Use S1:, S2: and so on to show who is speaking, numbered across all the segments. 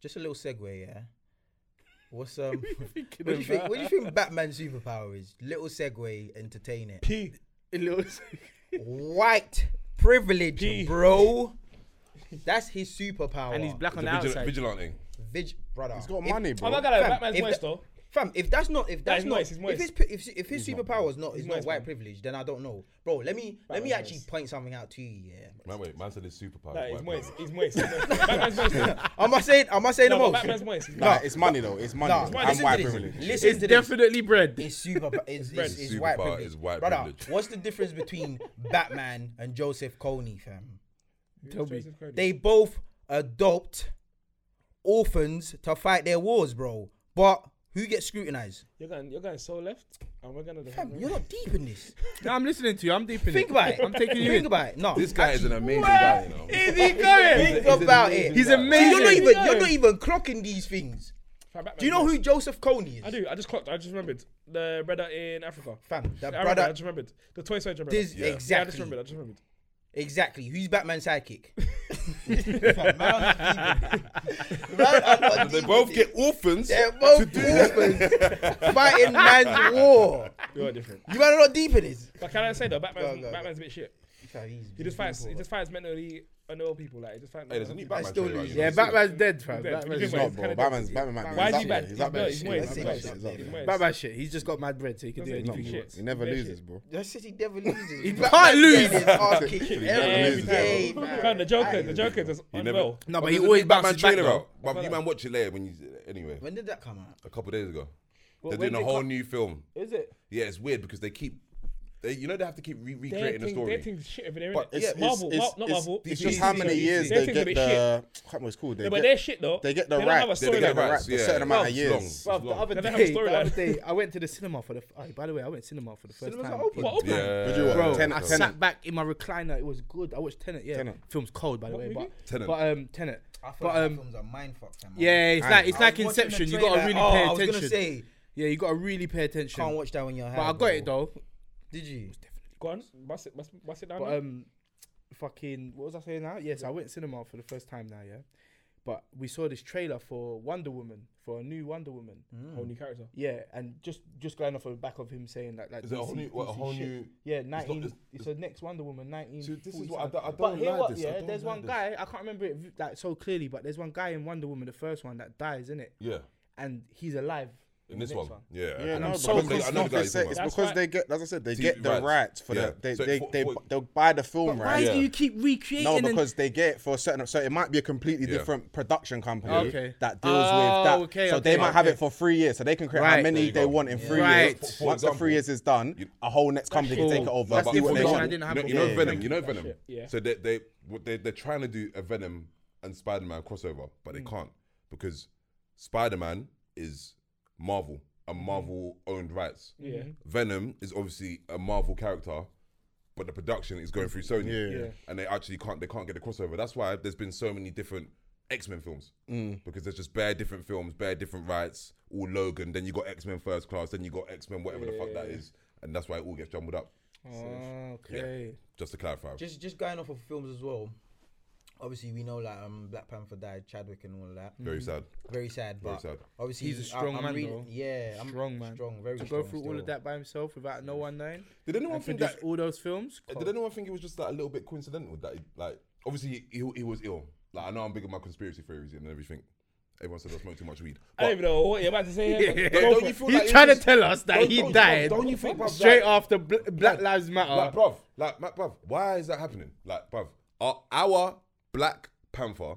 S1: just a little segue, yeah. What's um? what, do you think, what do you think Batman's superpower is? Little segue, entertain it.
S2: P.
S1: White privilege,
S2: Gee.
S1: bro. That's his superpower.
S3: and he's black on the
S4: Vigil-
S3: outside.
S4: vigilante.
S1: Vig- brother.
S4: He's got
S1: if-
S4: money,
S2: I'm
S4: bro.
S2: not gonna lie,
S1: Fam,
S2: Batman's
S1: if
S2: moist
S1: that-
S2: though.
S1: Fam, if that's not if that's
S2: he's
S1: not
S2: moist, he's moist.
S1: if his pi- if, if his superpower is not is not
S2: moist,
S1: white
S2: man.
S1: privilege, then I don't know, bro. Let me let me actually point something out to you. Yeah,
S4: Man, wait, man said his superpower.
S2: Nah,
S4: is
S2: he's
S4: white
S2: moist.
S4: power.
S2: He's moist. he's moist. Batman's moist. though.
S1: am I saying am I saying
S2: No,
S1: the
S2: but
S1: most?
S2: Batman's moist. he's
S4: Nah,
S2: moist.
S4: it's money though. It's money.
S1: Nah,
S4: and
S1: listen
S4: white
S1: to this.
S4: privilege.
S1: Listen
S3: It's
S1: to this.
S3: definitely bread.
S1: It's super. It's, it's, it's
S4: Superpower
S1: white privilege.
S4: is white
S1: Brother,
S4: privilege.
S1: what's the difference between Batman and Joseph Coney, fam?
S3: Tell me.
S2: Joseph Cody.
S1: They both adopt orphans to fight their wars, bro. But who gets scrutinized?
S2: You're going, you're going so left, and we're gonna.
S1: Fam, you're not deep in this.
S3: No, I'm listening to you. I'm deep in
S1: Think
S3: it.
S1: about it.
S3: I'm taking you
S1: Think
S3: in.
S1: about it. No,
S4: This guy is an
S1: actually,
S4: amazing guy, you know.
S3: Is he going?
S1: Think about it.
S3: He's
S1: So
S3: amazing.
S1: you're not even
S2: Yeah.
S1: you're not even clocking these things.
S2: Fam, Batman's
S1: Do you know
S2: moist.
S1: who Joseph Coney is?
S2: I do. I just clocked. I just remembered the brother in Africa.
S1: Fam, that
S2: I, remember, I
S1: brother.
S2: just remembered the toy soldier. Brother.
S1: This,
S2: yeah. I just
S1: Exactly.
S2: remembered. I just remembered.
S1: Exactly. Who's Batman's sidekick? Fam, man, I'm not deep in it. Man, I'm not
S4: They
S1: deep
S4: both
S1: in it.
S4: get orphans.
S1: They're both orphans fighting man's war.
S2: We are different.
S1: You man are not deep in this.
S2: But can I say though, Batman's,
S1: Go, go, go.
S2: Batman's a bit shit.
S1: He
S2: He just fights. He just fights mentally unwell people. Like he just fights.
S4: Hey, there's a
S1: I
S4: new Batman
S1: still
S4: trailer out,
S1: lose.
S4: you know,
S3: Yeah,
S4: you seen it?
S3: Batman's dead, fam. Batman's
S4: He's
S2: He's dead. He's
S3: dead.
S4: not,
S2: moist.
S4: bro. Batman's Batman. man.
S2: Why is
S4: He's
S2: he
S4: up there.
S2: bad? He's
S4: He's up there.
S2: moist, he's moist,
S4: He's up
S2: he's
S4: there.
S2: moist,
S4: He's up
S2: he's
S4: there.
S2: moist.
S3: Batman's shit. He's just got mad bread, so he can do
S2: Doesn't
S3: anything
S2: he
S3: he
S2: do
S3: wants.
S4: He never
S2: He's dead
S4: loses, bro.
S1: The city devil loses.
S3: He can't lose.
S4: Every
S1: Every day,
S4: day,
S2: Fam, the
S1: man.
S2: Joker. The Joker is
S4: He never-
S2: unwell.
S3: No, but
S4: But
S3: he
S4: there's a
S3: always
S4: new Batman
S3: bounces back.
S4: trailer
S3: though.
S4: out. But you man, watch it later when you. Anyway,
S1: When did that come out?
S4: a couple days ago,
S3: Well,
S4: they're
S3: when
S4: doing
S3: they
S4: a whole
S3: co-
S4: new film.
S3: Is it?
S4: Yeah, it's weird because they keep, they, you know, they have to keep re-
S2: Their
S4: recreating the
S2: thing- their
S4: story.
S2: thing's shit over there.
S4: But
S2: innit?
S4: it's-
S2: Yeah, Marvel, Mar- not Marvel.
S4: it's
S2: DC,
S4: just
S2: DC,
S4: how many
S2: DC.
S4: years
S2: Their thing's a bit shit.
S4: I can't remember what it's called. They
S2: No, but
S4: get-
S2: they're shit though.
S4: they get the
S2: They don't have a
S4: rights. They get the
S2: storyline.
S4: rights.
S2: They
S4: Yeah,
S2: don't
S4: certain amount of
S2: Bruv,
S4: years.
S3: Bruv, the other
S2: They don't have a
S3: day, the other
S2: storyline.
S3: day, I went to the cinema for the. f- Oh, by the way, I went to cinema for the first
S1: Cinemas
S3: time.
S1: are open.
S3: in-
S2: What, open?
S4: Yeah.
S2: Yeah.
S4: Did you watch
S3: Bro,
S4: Tenet?
S3: I sat back in my recliner. It was good. I watched Tenet. Yeah,
S4: Tenet.
S3: film's cold, by the way,
S2: movie?
S3: but
S4: Tenet.
S3: but um, Tenet.
S1: I thought um,
S3: But um,
S1: films are mind fucked.
S3: yeah, it's like it's
S1: I was
S3: like
S1: watching the
S3: Inception. You gotta
S1: trailer,
S3: really
S1: oh,
S3: pay
S1: I was
S3: attention.
S1: gonna say
S3: yeah, you gotta really pay attention.
S1: can't watch that when you're high.
S3: but I got
S1: bro.
S3: it though.
S1: Did you?
S2: Go on. Bust it. Bust, bust it down.
S3: But um, fucking, what was I saying now? Yes, I went to cinema for the first time now. Yeah, but we saw this trailer for Wonder Woman for a new Wonder Woman.
S4: Mm.
S2: whole new character.
S3: Yeah, and just just going off of the back of him saying that like
S4: Is it a
S3: DC
S4: whole new- what, a
S3: DC
S4: whole
S3: shit.
S4: new-
S3: yeah
S4: not-
S3: nineteen. It's,
S4: it's-
S3: the next Wonder Woman nineteen.
S4: See, this is what I don't- I don't
S3: but here
S4: like
S3: what,
S4: this, I
S3: yeah,
S4: don't
S3: there's
S4: like
S3: one
S4: this.
S3: guy I can't remember it v- like so clearly, but there's one guy in Wonder Woman the first one that dies in it,
S4: Yeah,
S3: and he's alive
S4: in this
S3: the
S4: one.
S3: next
S4: Yeah,
S3: no,
S4: I know-
S3: but
S4: I know the guy
S3: it's
S4: you're
S3: not-
S4: talking about.
S3: it's-
S4: Yeah,
S3: it's
S2: That's
S4: because
S2: why-
S4: they get, as I said, they
S5: They get the rights for
S4: Yeah.
S5: the they
S4: So
S5: they,
S4: for-
S5: they
S4: for-
S5: they'll buy the film
S3: Why
S5: rights.
S3: do you keep recreating?
S5: No,
S3: and-
S5: because they get it for a certain. So it might be a completely
S4: Yeah.
S5: different production company
S3: Okay.
S5: that deals
S3: Oh,
S5: with that.
S3: okay,
S5: so
S3: okay,
S5: they might have
S3: okay.
S5: it for three years. So they can create
S3: Right.
S5: how
S4: There
S5: many
S4: you
S5: they
S4: go.
S5: want in three
S3: Right.
S5: years.
S4: For
S5: Once the
S4: example,
S5: three years is done, a whole next company can take it over.
S3: That's
S5: do
S3: the
S5: what they
S3: information
S5: want.
S3: I didn't have
S4: You know, you know
S3: before.
S4: Venom. You know Venom.
S2: shit, yeah.
S4: So they they what they they're trying to do a Venom and Spider Man crossover, but
S3: Mm.
S4: they can't because Spider Man is Marvel and
S3: Mm.
S4: Marvel owned rights.
S2: Yeah.
S4: Venom is obviously a Marvel character, but the production is going through Sony,
S5: Yeah.
S2: Yeah.
S4: and they actually can't they can't get a crossover. That's why there's been so many different X Men films because there's just bare different films, bare different rights. All Logan, then you got X Men First Class, then you got X Men whatever the fuck that is, and that's why it all gets jumbled up.
S3: Oh, okay.
S4: Just to clarify,
S1: Just just going off of films as well. Obviously, we know like um, Black Panther died, Chadwick, and all of that.
S4: very sad.
S1: Very sad, but
S4: sad.
S1: obviously
S3: He's a
S1: I-
S3: strong
S1: I'm
S3: man,
S1: reading-
S3: though.
S1: Yeah, I'm
S3: Strong man.
S1: Strong, very
S3: To
S1: strong.
S3: go through all
S1: still.
S3: of that by himself without no one knowing.
S4: Did anyone
S3: And
S4: think
S3: produce
S4: that?
S3: all those films.
S4: Did anyone think it was just like a little bit coincidental that he, like obviously he, he was ill? Like I know I'm big on my conspiracy theories and everything. Everyone said I smoke too much weed.
S2: I don't
S4: But
S2: even know what you're about to say. here, but
S4: don't, don't
S2: go for
S4: you
S2: it.
S4: feel
S3: He's
S4: like it was
S3: trying to
S4: just-
S3: tell us that
S4: don't-
S3: he
S4: don't-
S3: died
S4: Don't you think, bruv,
S3: straight
S4: like-
S3: after Bl- Black Lives Matter.
S4: Like, bruv, like, ma- bruv, why is that happening? Like, bruv, our, our Black Panther,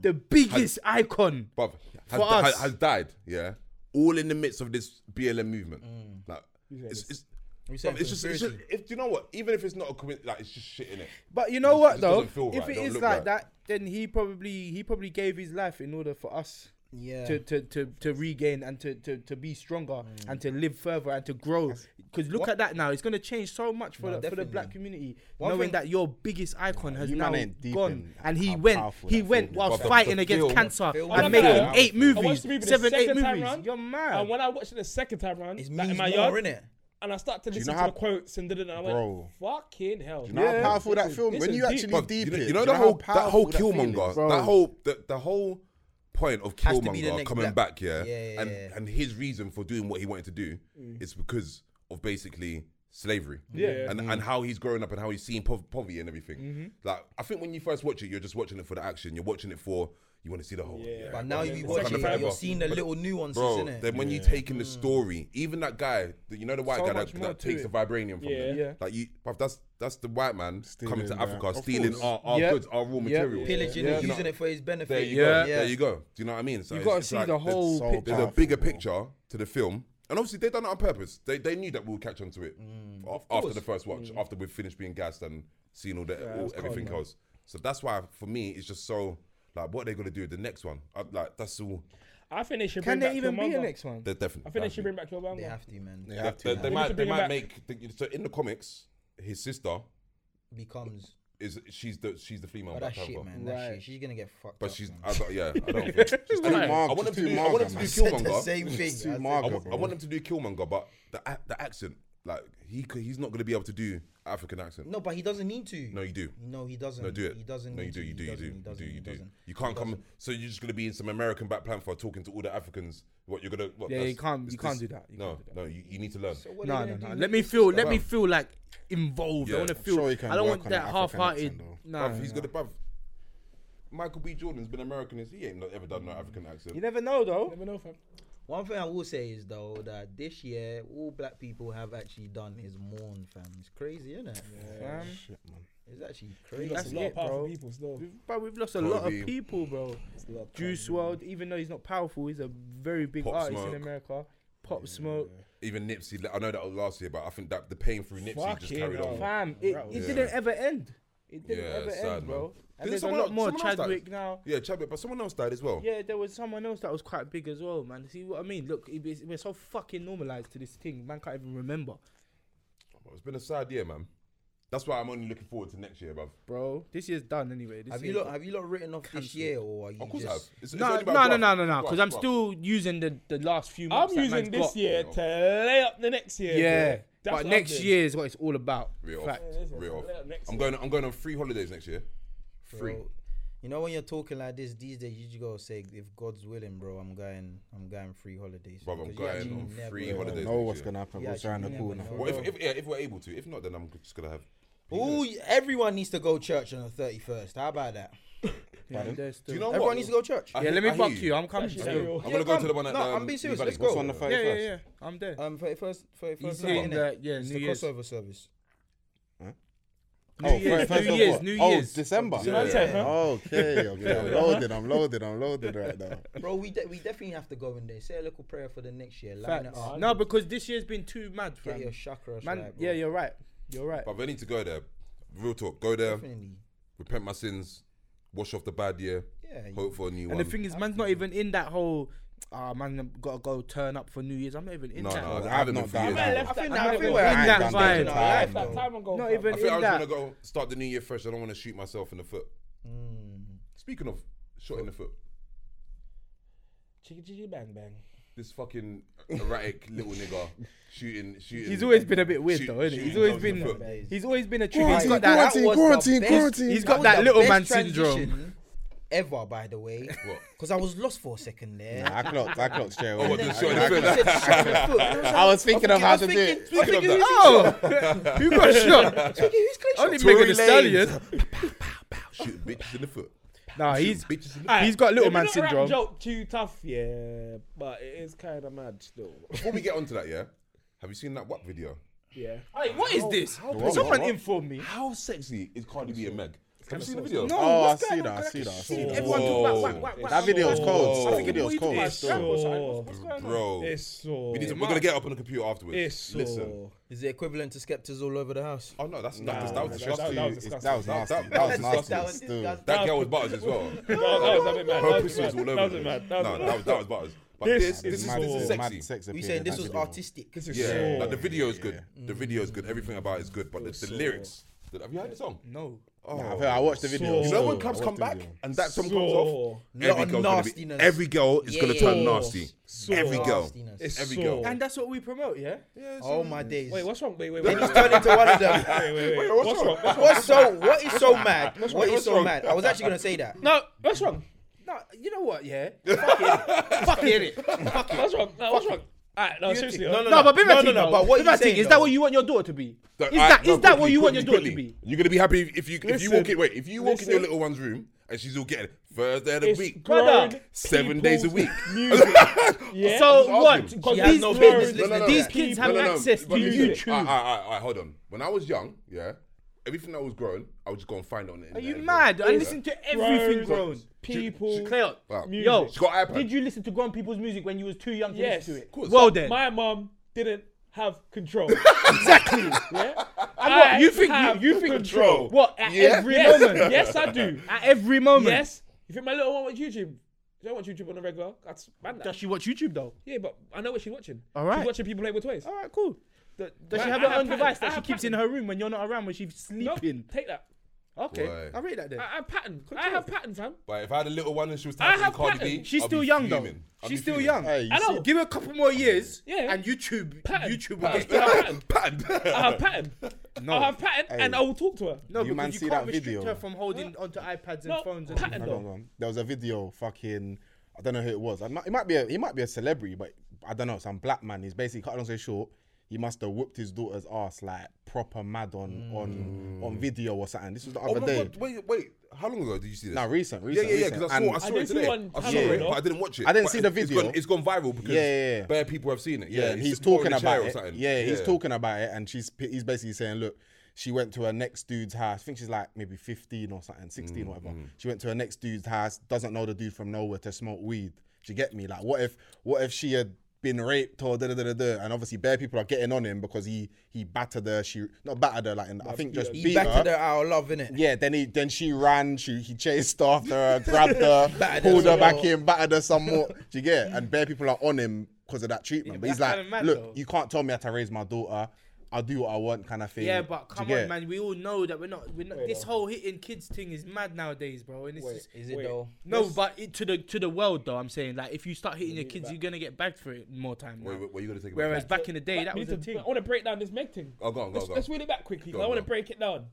S3: the biggest icon.
S4: bruv,
S3: For
S4: has, di-
S3: us.
S4: has, has died, yeah? All in the midst of this BLM movement. Like, it's, it's,
S1: We
S4: bruv,
S1: saying
S4: it's just, it's just,
S1: conspiracy.
S4: if, do you know what? Even if it's not a coincidence, like, it's just shit in it.
S3: But you
S4: It
S3: know
S4: just- it
S3: what
S4: just
S3: though?
S4: doesn't feel
S3: if
S4: right,
S3: it
S4: don't
S3: is
S4: look
S3: like
S4: right.
S3: that, then he probably he probably gave his life in order for us
S1: Yeah.
S3: to, to, to, to regain and to, to, to be stronger
S5: Mm.
S3: and to live further and to grow. Because look at that now, it's gonna change so much for
S1: No,
S3: the, for the
S1: definitely.
S3: black community.
S1: One
S3: knowing
S1: thing-
S3: that your biggest icon has
S5: you
S3: now
S5: man ain't deep
S3: gone,
S5: in
S3: and he
S5: how
S3: went
S5: powerful
S3: he
S5: that
S3: went
S5: film is.
S3: whilst
S4: But the-
S3: fighting
S4: the
S3: against
S4: film-
S3: cancer
S1: film-
S3: and
S1: I'm
S3: making
S2: not-
S3: eight
S2: I watched
S3: movies,
S2: the movie the
S3: seven eight
S2: second time
S3: movies.
S2: round,
S3: You're
S2: And
S3: mad.
S2: when I watched it the second time round,
S1: It's
S2: like,
S1: means
S2: in my
S1: more,
S2: yard,
S1: innot
S2: and I started to
S5: you
S2: listen
S5: know
S2: to
S5: how-
S2: the quotes and did it, and I went,
S5: Bro.
S2: "Fucking hell!"
S5: You know how powerful that film.
S2: This
S5: When
S2: is
S5: you
S2: deep.
S5: actually
S4: Bruv,
S5: deep,
S4: you know,
S5: it,
S4: you know
S5: do
S4: the
S5: how
S4: whole that
S5: powerful
S4: whole
S5: that feeling is?
S4: Killmonger, that whole the, the whole point of
S1: Has to be the
S4: Killmonger
S1: next
S4: coming
S1: Black-
S4: back,
S1: Yeah,
S4: yeah,
S1: yeah,
S4: and
S1: yeah.
S4: and his reason for doing what he wanted to do is because of basically slavery,
S2: Yeah.
S4: and and how he's grown up and how he's seen pov- poverty and everything. Like I think when you first watch it, you're just watching it for the action. You're watching it for you want to see the whole.
S2: Yeah.
S4: right,
S1: But now
S4: well,
S1: you
S4: it's
S1: watch it,
S4: kind of
S1: and
S4: clever.
S1: you're seeing the
S4: But-
S1: little nuances
S4: Bro,
S1: in it.
S4: then when you take in the story, even that guy, the, you know the white
S3: Mm. So
S4: guy
S3: much
S4: that,
S3: more
S4: that
S3: to
S4: takes
S3: it.
S4: the vibranium from
S2: Yeah.
S4: them.
S3: Yeah.
S4: Like you, bruv, that's that's the white man coming to
S5: Stealing, yeah.
S4: Africa,
S5: Of
S4: stealing
S5: course.
S4: our, our
S3: Yep.
S4: goods, our raw materials.
S1: pillaging
S3: Yeah.
S1: and using it for his benefit.
S4: There you go.
S3: Yeah.
S4: There you go. Do you know what I mean? So
S3: You
S4: it's-
S3: gotta
S4: it's
S3: see
S4: like
S3: the
S4: there's-
S3: whole
S5: so
S3: picture.
S4: There's a
S5: powerful,
S4: bigger
S5: bro.
S4: picture to the film, and obviously they done it on purpose. They they knew that we would catch on to it
S3: Mm.
S4: af- after the first watch, after we've finished being gassed and seeing all the all, everything else. So that's why for me it's just so like what are they gonna do with the next one? I, like that's all.
S2: I think they should
S3: Can
S2: bring
S3: there
S2: back
S3: even be
S2: Killmonger.
S3: a next one?
S4: They're definitely.
S2: I think they should
S4: definitely-
S2: bring back Killmonger.
S1: They have to, man.
S5: They have
S4: They,
S5: to.
S4: they
S5: man.
S2: need to
S4: might, they
S2: bring it
S4: might
S2: back.
S4: make the, so in the comics, his sister
S1: Becomes.
S4: is she's the she's the female
S1: But
S4: Black
S1: Oh, that shit,
S4: Panther.
S1: man. That
S3: Right.
S1: shit. She's gonna get fucked.
S4: But
S1: up,
S4: she's
S1: man.
S4: I don't, yeah, I don't think she's
S5: Too
S4: I
S5: marg-
S4: want them to
S5: too
S4: do I
S5: marg-
S4: want them to do
S5: man.
S1: Said the
S4: Killmonger.
S1: same thing.
S5: Too
S1: I said-
S4: I,
S5: marg-
S4: wa-
S5: bro.
S4: I want them to do Killmonger, but the a- the accent like he could, he's not gonna be able to do African accent.
S1: No, but he doesn't need to.
S4: No, you do.
S1: No, he doesn't.
S4: No, do it.
S1: He doesn't.
S4: No, you
S1: need
S4: do.
S1: to.
S4: You do.
S1: He
S4: You do.
S1: doesn't.
S4: You
S1: He
S4: do.
S1: doesn't.
S4: You
S1: He
S4: do.
S1: doesn't.
S4: You can't
S1: He
S4: come.
S1: doesn't.
S4: So you're just gonna be in some American Black Panther talking to all the Africans. What you're gonna? What,
S3: Yeah,
S4: that's-
S3: you can't-
S4: is
S3: you can't
S4: this-
S3: do that. You
S4: no,
S3: can't do that.
S4: no. You, you need to learn.
S1: So what
S3: No,
S1: are they
S3: no,
S1: gonna
S3: no.
S1: do?
S3: Let me feel. Let me
S4: Bruv.
S3: feel like involved.
S4: Yeah.
S3: I want to
S4: I'm
S3: feel.
S5: sure he can
S3: I don't
S5: work
S3: want
S5: on
S3: that
S5: an African
S3: half-hearted.
S5: accent, though.
S3: No,
S4: Bruv, he's gonna. Bruv, Michael B. Jordan's been American. He ain't not ever done no African accent.
S3: You never know though.
S2: Never know, fam.
S1: One thing I will say is though that this year all black people have actually done is mourn, fam. It's crazy, isn't it?
S3: fam.
S5: Shit, man.
S1: It's actually
S2: We
S1: crazy.
S2: lost
S3: That's
S2: a lot
S3: it,
S2: of powerful
S3: bro.
S2: people still.
S3: We've- But we've lost a lot
S4: Kobe.
S3: of people, bro.
S2: It's a lot of
S3: Juice
S2: powerful
S3: World, even though he's not powerful, he's a very big
S4: Pop
S3: artist
S4: Smoke.
S3: in America. Pop Smoke,
S4: Even Nipsey, like, I know that was last year, but I think that the pain through Nipsey just
S2: Fucking
S4: carried
S2: hell.
S4: on.
S3: fam. It, it
S4: Yeah.
S3: didn't ever end. It didn't
S4: Yeah,
S3: ever
S4: sad, man.
S3: end, bro.
S4: Didn't
S3: And there's a
S4: someone
S3: lot
S4: else-
S3: more
S4: someone else died?
S3: Chadwick now.
S4: Yeah, Chadwick, but someone else died as well.
S3: Yeah, there was someone else that was quite big as well, man. See what I mean? Look, it, it's- we're so fucking normalized to this thing, man. Can't even remember,
S4: Well, It's been a sad year, man. That's why I'm only looking forward to next year, bruv.
S3: bro. This year's done anyway. This
S1: Have you
S3: year's
S1: lot have you lot written off this year or are you
S4: Of course, I have.
S1: just
S4: It's, it's
S3: No,
S4: only
S3: no,
S4: about
S3: no,
S4: graph.
S3: no, no, no, because I'm
S4: Graph,
S3: still using the, the last few
S2: I'm
S3: months. that
S2: using
S3: man's
S2: this
S3: got.
S2: year to lay up the next year.
S3: Yeah,
S2: That's
S3: but
S2: what I'm
S3: next
S2: doing.
S3: year is what it's all about.
S4: Real off.
S3: Fact.
S4: Real off.
S2: Next
S4: I'm
S2: year.
S4: going. I'm going on three holidays next year. Free.
S1: Bro, You know when you're talking like this these days, you just gotta say if God's willing, bro, I'm going I'm going free holidays.
S4: Bruv, I'm
S1: because you
S4: going
S1: actually
S4: on
S1: never
S4: free
S1: know.
S5: I don't
S4: holidays.
S5: know
S4: next
S5: what's
S4: year.
S5: gonna happen.
S1: Yeah,
S5: What's around the
S1: actually, you
S5: corner?
S1: never know.
S4: Well, if, if, yeah, if we're able to, if not, then I'm just gonna have.
S1: Ooh, everyone needs to go church on the thirty first. How about that?
S3: Yeah, there's
S4: Do
S3: still-
S4: you know
S1: Everyone
S4: what?
S1: needs to go church.
S4: I
S3: yeah,
S4: hear-
S3: let me
S4: I hear
S3: fuck you. I'm coming.
S2: That's
S3: still.
S2: actually real.
S4: I'm
S1: Yeah,
S4: gonna go
S1: come.
S4: to the one at.
S1: No,
S4: um,
S1: I'm being serious. Let's
S4: Nogales.
S5: What's
S1: go.
S5: on the
S1: Yeah,
S5: thirty
S3: Yeah,
S5: first?
S3: yeah, yeah. I'm there.
S1: Um, thirty first, thirty
S3: He's
S1: first.
S3: saying that. Yeah,
S1: It's
S3: New
S1: the
S3: Year's.
S1: crossover service.
S3: New
S5: Oh,
S3: Year's,
S5: first
S3: New
S5: of
S3: Year's,
S5: what?
S3: New
S5: Oh,
S3: Year's.
S5: December.
S2: December. Yeah.
S5: Okay, okay. I'm loaded. I'm loaded. I'm loaded right now.
S1: Bro, we de- we definitely have to go in there. Say a little prayer for the next year. Line it
S3: Facts.
S1: up.
S3: No, because this year's been too mad,
S1: Get your
S3: fam.
S1: chakras
S3: Oh, Man,
S1: right, bro.
S3: yeah, you're right. You're right.
S4: Bruv, I need to go there. Real talk. Go there.
S1: Definitely.
S4: Repent my sins. Wash off the bad year.
S1: Yeah, you-
S4: Hope for a new
S3: And
S4: one.
S3: the thing is, man's not even in that whole. Ah, man, gotta go turn up for New Year's. I'm not even in
S4: no,
S3: that.
S4: no, I
S5: I've
S4: haven't been
S5: not
S4: for
S5: done
S4: years.
S5: that.
S4: now.
S1: I think,
S2: that
S1: I
S2: time
S1: think
S2: ago.
S1: we're
S3: In
S1: actually
S3: that
S1: done
S3: vibe.
S1: in our life,
S2: That
S1: though.
S2: time ago.
S3: Not
S2: fam.
S3: even
S4: I think I
S3: in
S4: was
S3: that.
S4: gonna go start the new year fresh. I don't want to shoot myself in the foot.
S3: Mm.
S4: Speaking of shot in the foot,
S2: Chicka chicka bang bang.
S4: this fucking erratic little nigga shooting, shooting.
S3: He's always been a bit weird
S4: shoot-
S3: though, isn't he? He's
S4: shooting
S3: always
S4: dogs in the
S3: been.
S4: foot.
S3: He's always been a trigger. He's
S1: Quarantine,
S3: got that.
S1: that was the
S5: Quarantine,
S1: best-
S5: quarantine,
S3: He's
S1: that
S3: got
S1: was
S3: that
S1: the
S3: little
S1: best
S3: man syndrome.
S1: transition Ever, by the way,
S4: What?
S1: because I was lost for a second there.
S5: Nah, I clocked. I clocked straight away.
S4: what,
S5: I
S4: the shot in
S5: clocked-
S4: the foot?
S5: I was thinking of how to do it.
S1: Speaking of that,
S3: Oh, who got shot?
S1: who's clean
S3: Only
S1: shot?
S3: Megan Thee
S5: Tory Lanez.
S3: Stallion.
S4: Shooting bitches in the foot.
S3: Nah, he's
S4: Bitches in the foot.
S3: he's got little
S2: Let me
S3: man
S2: not rap
S3: syndrome.
S2: Joke too tough, yeah, but it is kind of mad still.
S4: Before we get onto that, yeah, have you seen that WAP video?
S2: Yeah.
S3: What is this?
S5: what,
S3: Someone
S5: what?
S3: informed me.
S4: How sexy is Cardi B and Meg? Have you seen the video?
S3: No,
S5: Oh,
S3: what's
S5: I see
S3: going on?
S5: that, I
S3: 'Cause
S5: see
S3: keep
S5: that.
S3: seeing
S5: Oh.
S3: everyone talk about whack, whack, whack.
S5: That video was cold. That
S4: Oh.
S5: video was cold.
S2: It's
S5: still.
S2: so.
S4: Bro,
S2: It's so.
S4: we need to, we're gonna get up on the computer afterwards.
S2: It's so.
S4: Listen.
S1: Is it equivalent to skeptics all over the house?
S4: Oh no, that's
S5: Nah,
S4: that, that was
S5: that-
S4: disgusting.
S5: That
S4: That,
S5: was
S2: disgusting.
S5: That was
S4: That-
S5: nasty.
S4: that-
S5: That was
S4: that was
S5: nasty.
S1: disgusting.
S5: Still.
S1: That
S4: girl was butters as well.
S2: No, that was a bit mad.
S4: Her
S2: That
S4: pussy was
S2: was
S4: all
S2: mad.
S4: over.
S2: That was
S4: the place.
S2: mad. That was
S4: Nah,
S2: mad.
S4: that was that was butters. But
S2: This-
S4: this
S2: this
S4: this
S2: is
S4: is
S5: Mad-
S4: this is
S5: mad
S4: sexy.
S5: sex
S1: We
S5: appeal
S1: saying
S5: in
S1: this
S5: that
S1: was
S5: video.
S1: artistic.
S2: This is
S4: Yeah,
S2: so.
S4: like the video is good. The video is good. Everything about it is good, but the, the lyrics. the- have you heard the song?
S3: No.
S4: Oh,
S5: Nah, I feel- I watched the video.
S4: you
S5: So
S4: know when clubs come back and that song comes off, every
S1: Lot of
S4: girl's gonna be,
S1: nastiness.
S4: every girl is
S1: Yeah,
S4: gonna
S1: yeah,
S4: turn
S2: yeah.
S4: nasty.
S2: So
S4: every girl.
S1: nastiness.
S2: It's
S4: every
S2: so-
S4: girl.
S3: And that's what we promote, yeah?
S1: Oh my days!
S2: Wait, what's wrong? Wait, wait,
S1: Then
S2: wait.
S1: he's turned into one of them.
S2: Wait, wait, wait. What's wrong?
S1: What's so? What is so mad? What is so
S4: wrong?
S1: mad? I was actually gonna say that.
S2: No, what's wrong?
S3: No, you know what? Yeah, fuck it, fuck it, innit?
S2: What's wrong? No, what's wrong? Alright, no, seriously. No,
S3: no,
S1: no.
S3: but
S1: No,
S3: Bimati,
S1: no, no, but what
S3: Bimati,
S1: you're saying,
S3: is
S1: though-
S3: that what you want your daughter to be?
S4: So,
S3: is
S4: alright,
S3: that is
S4: no,
S3: that
S4: quickly,
S3: what you want your
S4: quickly,
S3: daughter to be?
S4: quickly. You're gonna be happy if you if you walk in.
S3: Listen.
S4: Wait, if you walk in your
S3: Listen.
S4: little one's room and she's all getting it, Thursday of the
S2: It's
S4: week,
S3: Brother,
S2: grown
S4: seven days a
S2: people's
S4: week.
S2: Music. yeah.
S4: I'm
S3: So
S4: just
S3: what?
S4: asking.
S2: She
S3: Because
S2: has
S3: these
S2: no
S3: kids,
S2: business
S4: listening to
S3: these
S4: that.
S3: kids
S2: No,
S3: have
S2: no, no,
S3: access to
S2: but listen.
S3: YouTube.
S4: I, hold on. When I was young, yeah, everything that was growing, I would just go and find it on the
S3: Are
S4: internet.
S3: you
S4: and go-
S3: mad? I
S4: Yeah.
S3: listen to everything
S2: Grown
S3: grown.
S2: people.
S3: Clear.
S4: Wow.
S2: Music.
S3: Yo,
S4: She got iPad.
S3: did you listen to grown people's music when you was too young to
S2: Yes.
S3: listen to it?
S2: Of
S4: course.
S3: Well then,
S2: My mum didn't have control.
S3: exactly.
S2: yeah.
S3: And what,
S2: I
S3: you think you,
S2: have
S3: you think
S4: control.
S3: What at
S4: Yeah.
S3: every
S2: Yes.
S3: moment?
S2: yes, I do.
S3: At every moment.
S2: Yes. You think my little one watch YouTube? She don't watch YouTube on the regular. That's man.
S3: Does she watch YouTube though?
S2: yeah, but I know what she's watching.
S3: All right. Oh,
S2: She's watching people play with toys.
S3: All right, cool. Th- Does
S2: Right,
S3: she have
S2: I
S3: her
S2: have
S3: own
S2: pattern-
S3: device
S2: I
S3: that she
S2: have
S3: keeps in her room when you're not around when she's
S2: No,
S3: sleeping?
S2: take that.
S3: Okay,
S4: Why?
S3: I read that then.
S2: I have pattern. I
S3: Control.
S2: have pattern, fam.
S4: But if I had a little one and she was
S2: I
S4: typing
S2: have
S4: Cardi B,
S2: pattern.
S4: I'd
S3: She's
S4: be
S3: still young though.
S4: fuming. I'd be
S3: She's still
S4: fuming.
S3: young.
S5: Hey, you
S2: I
S5: see-
S2: know.
S3: Give her a couple more years,
S2: Yeah.
S3: and YouTube,
S2: Pattern.
S3: YouTube will get
S2: I have pattern.
S4: Pattern.
S2: I have pattern. I have pattern, and I will talk to her.
S3: No,
S5: You man
S3: because
S5: see
S3: you can't
S5: that
S3: restrict
S5: video?
S3: her from holding onto iPads and
S2: No,
S3: phones and
S2: pattern.
S5: Hold on,
S2: though.
S5: hold on. There was a video, fucking. I don't know who it was. I'm not, it might be a, it might be a celebrity, but I don't know. Some black man. He's basically cut long story short. He must have whooped his daughter's ass like proper mad on on on video or something. This was the
S4: Mm. Oh
S5: other
S4: my
S5: day.
S4: God, wait, wait. How long ago did you see this?
S5: Now recent,
S4: Yeah,
S5: recent.
S4: yeah, yeah.
S5: recent.
S4: Because I
S5: And
S4: saw, I saw
S2: I
S4: it
S2: did see
S4: today.
S2: one
S4: I saw
S2: camera,
S4: it,
S2: though.
S4: but I didn't watch it.
S5: I didn't
S4: But
S5: see the
S4: it's-
S5: video.
S4: It's gone, it's gone viral because
S5: Yeah, yeah, yeah.
S4: bare people have seen it.
S5: Yeah,
S4: Yeah,
S5: and
S4: it's
S5: he's
S4: just more
S5: talking
S4: in the chair
S5: about
S4: or
S5: it.
S4: something.
S5: Yeah, he's talking about it, and she's he's basically saying, look, she went to her next dude's house. I think she's like maybe 15 or something, 16 or whatever.
S4: Mm-hmm.
S5: She went to her next dude's house, doesn't know the dude from nowhere to smoke weed. Do you get me? Like, what if what if she had been raped or da da da da da? And obviously, bare people are getting on him because he he battered her. She not battered her, like and I think just
S1: He
S5: beat
S1: battered
S5: her.
S1: her out of love, innit?
S5: Yeah, then he then she ran, she he chased after her, grabbed her,
S1: Battered
S5: pulled
S1: her
S5: her back
S1: some
S5: in, battered her some more. Do you get? it? And bare people are on him because of that treatment. but he's
S3: Mm. that's
S5: like,
S3: kinda mad
S5: look,
S3: though."
S5: you can't tell me how to raise my daughter. I'll do what I want, kind of thing.
S3: Yeah,
S5: Do
S3: but
S5: you
S3: come
S5: get it?
S3: on, man. We all know that we're not. We're not. this whole hitting kids thing is mad nowadays, bro. And it's just,
S1: Is it
S2: Wait.
S1: though?
S3: no, but it, to the to the world though, I'm saying like if you start hitting your kids, you're gonna get bagged for it more time. now.
S4: Wait, wait, what are you gonna take?
S3: Whereas
S4: about?
S3: back in the day, that
S2: We
S3: was a
S2: need to-
S3: thing.
S2: I want to break down this Meg thing.
S4: oh, go on, go on,
S2: let's,
S4: go on.
S2: let's wheel it back quickly. 'cause
S4: Go
S2: I
S4: on,
S2: want
S4: go
S2: to
S4: on.
S2: break it down.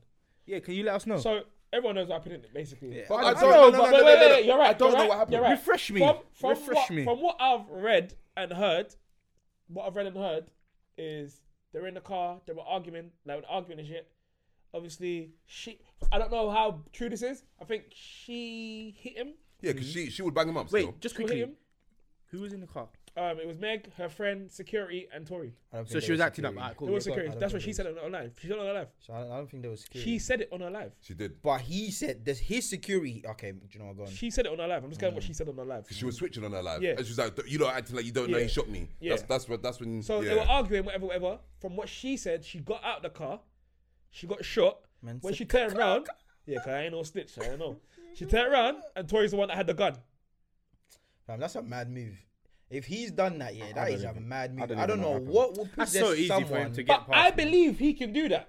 S3: Yeah, can you let us know?
S2: So everyone knows my opinion, basically.
S1: Yeah.
S4: But
S3: I
S4: I
S3: don't
S4: don't
S3: know, but
S4: know. no,
S2: wait,
S4: no, no,
S2: wait,
S4: no, no.
S2: wait, you're right.
S4: I don't
S2: you're
S4: know
S2: right,
S4: what happened.
S2: You're right.
S3: Refresh me.
S2: From, from
S3: Refresh
S2: what,
S3: me.
S2: From what I've read and heard, what I've read and heard is they're in the car. They were arguing. They were arguing and shit. Obviously, she. I don't know how true this is. I think she hit him.
S4: Yeah, because she she would bang him up.
S3: Wait,
S4: still.
S3: just
S2: She hit
S3: quickly.
S2: him.
S3: Who was in the car?
S2: Um, it was Meg, her friend, security, and Tori.
S1: I don't
S3: So
S1: think
S3: she
S1: there
S3: was acting up.
S1: security.
S3: Alright,
S2: It
S4: Oh
S3: cool.
S2: was
S3: yeah, go on.
S2: security. That's what she said on her live. She said on her live.
S1: So I don't, I don't think there was security.
S2: She said it on her live.
S4: she did.
S1: but he said there's his security. Okay, do you know what? Go on.
S2: She said it on her live. I'm just going what she said on her live.
S4: She was switching on her life.
S2: Yeah.
S4: And she was like, "You lot acting like you don't know
S2: Yeah.
S4: you shot me."
S2: Yeah.
S4: That's that's what that's when.
S2: So
S4: yeah.
S2: they were arguing, whatever, whatever. From what she said, she got out the car, she got shot.
S1: Man
S2: when
S1: said,
S2: she turned around, yeah, 'cause I ain't no snitch, I don't know. She turned around, and Tori's the one that had the gun.
S1: Fam, that's a mad move. If he's done that, yeah, that
S5: don't
S1: is a
S5: even-
S1: mad
S5: I
S1: move.
S5: don't
S1: I don't,
S5: even know
S1: know
S5: what happened.
S1: what would possess
S3: That's so easy
S1: someone.
S3: for him to
S2: But
S3: get past.
S2: I
S3: me.
S2: believe he can do that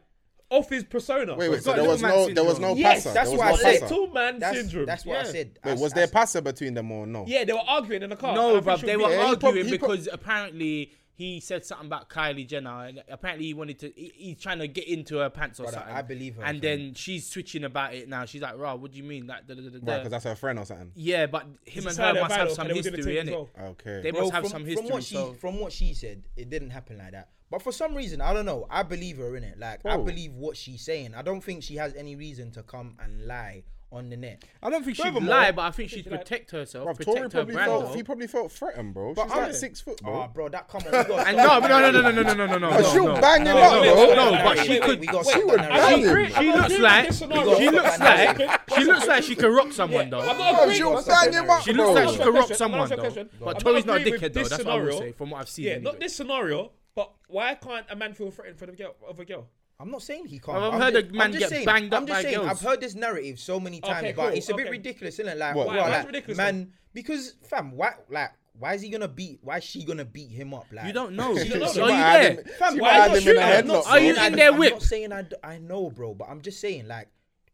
S2: off his persona.
S5: Wait, wait. So
S3: got
S5: there
S3: little
S5: was
S3: man
S5: no, there was no
S3: syndrome.
S1: Yes,
S5: passer.
S1: that's
S5: there
S1: what I
S5: was no
S1: said.
S5: passer.
S2: Little man
S1: That's,
S2: syndrome.
S1: that's what I
S3: Yeah.
S1: said.
S5: Wait,
S1: As-
S5: was there
S1: as-
S5: passer between them or no?
S2: yeah, they were arguing in the
S1: Oh,
S2: car.
S3: No,
S2: and I
S3: bruv,
S2: think
S3: they
S2: she
S3: were
S5: Yeah, he
S3: arguing
S5: prob- he prob-
S3: because apparently he said something about Kylie Jenner, and apparently he wanted to. He, he's trying to get into her pants or
S1: Brother,
S3: something.
S1: I believe her,
S3: And
S1: fam.
S3: then she's switching about it now. She's like, "Rah, what do you mean?" Like, da, da, da, da,
S5: Right,
S3: da."
S5: because that's her friend or something.
S3: yeah, but him and her must have some history in it.
S5: Okay.
S3: They
S1: Bro,
S3: must have
S1: from,
S3: some
S1: from
S3: history.
S1: what she
S3: so.
S1: from what she said, it didn't happen like that. But for some reason, I don't know. I believe her in it. Like I
S3: Oh.
S5: Bro.
S1: believe what she's saying. I don't think she has any reason to come and lie on the net.
S3: I don't think she'd
S5: Furthermore-
S3: lie, but I think she'd
S2: like-
S3: protect herself,
S5: Bruv, Tory
S3: protect her
S5: probably
S3: brand.
S5: felt,
S3: though. Ah,
S5: he probably felt threatened, bro. She's
S1: I'm-
S5: like six foot, bro.
S1: Oh, bro, that come on. we gotta
S3: And no,
S1: stop
S3: no,
S1: that.
S3: no, no, no, no, no, no, no, no.
S5: But she'll
S3: no.
S5: bang him
S2: No,
S5: up,
S2: wait,
S5: bro.
S2: wait,
S3: No,
S2: wait,
S3: but
S2: wait,
S3: she
S2: wait,
S3: could.
S1: We got
S5: She would
S2: I
S1: that.
S5: Bang him.
S2: agree.
S3: She looks like she
S1: got-
S3: looks like she looks like she could rock someone
S2: Yeah,
S3: though.
S2: I'm not agreeing.
S5: She'll bang him up,
S3: She looks like
S5: bro.
S3: she could rock
S2: Question,
S3: someone
S2: can I ask you
S3: though.
S2: a question?
S3: But
S2: I'm
S3: Tory's
S2: not
S3: not a
S2: agreeing with
S3: dickhead though.
S2: this
S3: That's what I would
S2: scenario.
S3: say from what I've seen.
S2: Yeah, not
S3: anyway.
S2: this scenario, but why can't a man feel threatened for the girl of a girl?
S1: I'm not saying he can't.
S3: I've
S1: I'm
S3: heard
S1: just-
S3: a man
S1: I'm just
S3: get
S1: saying,
S3: banged up
S1: I'm just
S3: by
S1: saying,
S3: girls.
S1: I've heard this narrative so many times,
S2: Okay,
S1: but
S2: cool,
S1: it's a bit
S2: okay.
S1: ridiculous, isn't it? Like,
S5: What?
S1: wow,
S5: Why-
S2: why is it
S1: like,
S2: ridiculous
S1: man, because fam, why, like, why is he gonna beat? Why is she gonna beat him up? Like,
S3: You don't know.
S1: She
S5: She
S1: don't So
S3: Are you
S5: might have had him-
S3: there?
S5: She
S2: why
S5: might have
S2: not
S5: him in
S2: shoot him?
S5: a
S1: I'm
S5: headlock.
S1: not
S3: Are you
S1: saying
S5: bro.
S1: I-
S3: in their
S1: I'm
S3: whip?
S1: not saying I, d- I know, bro, but I'm just saying, like,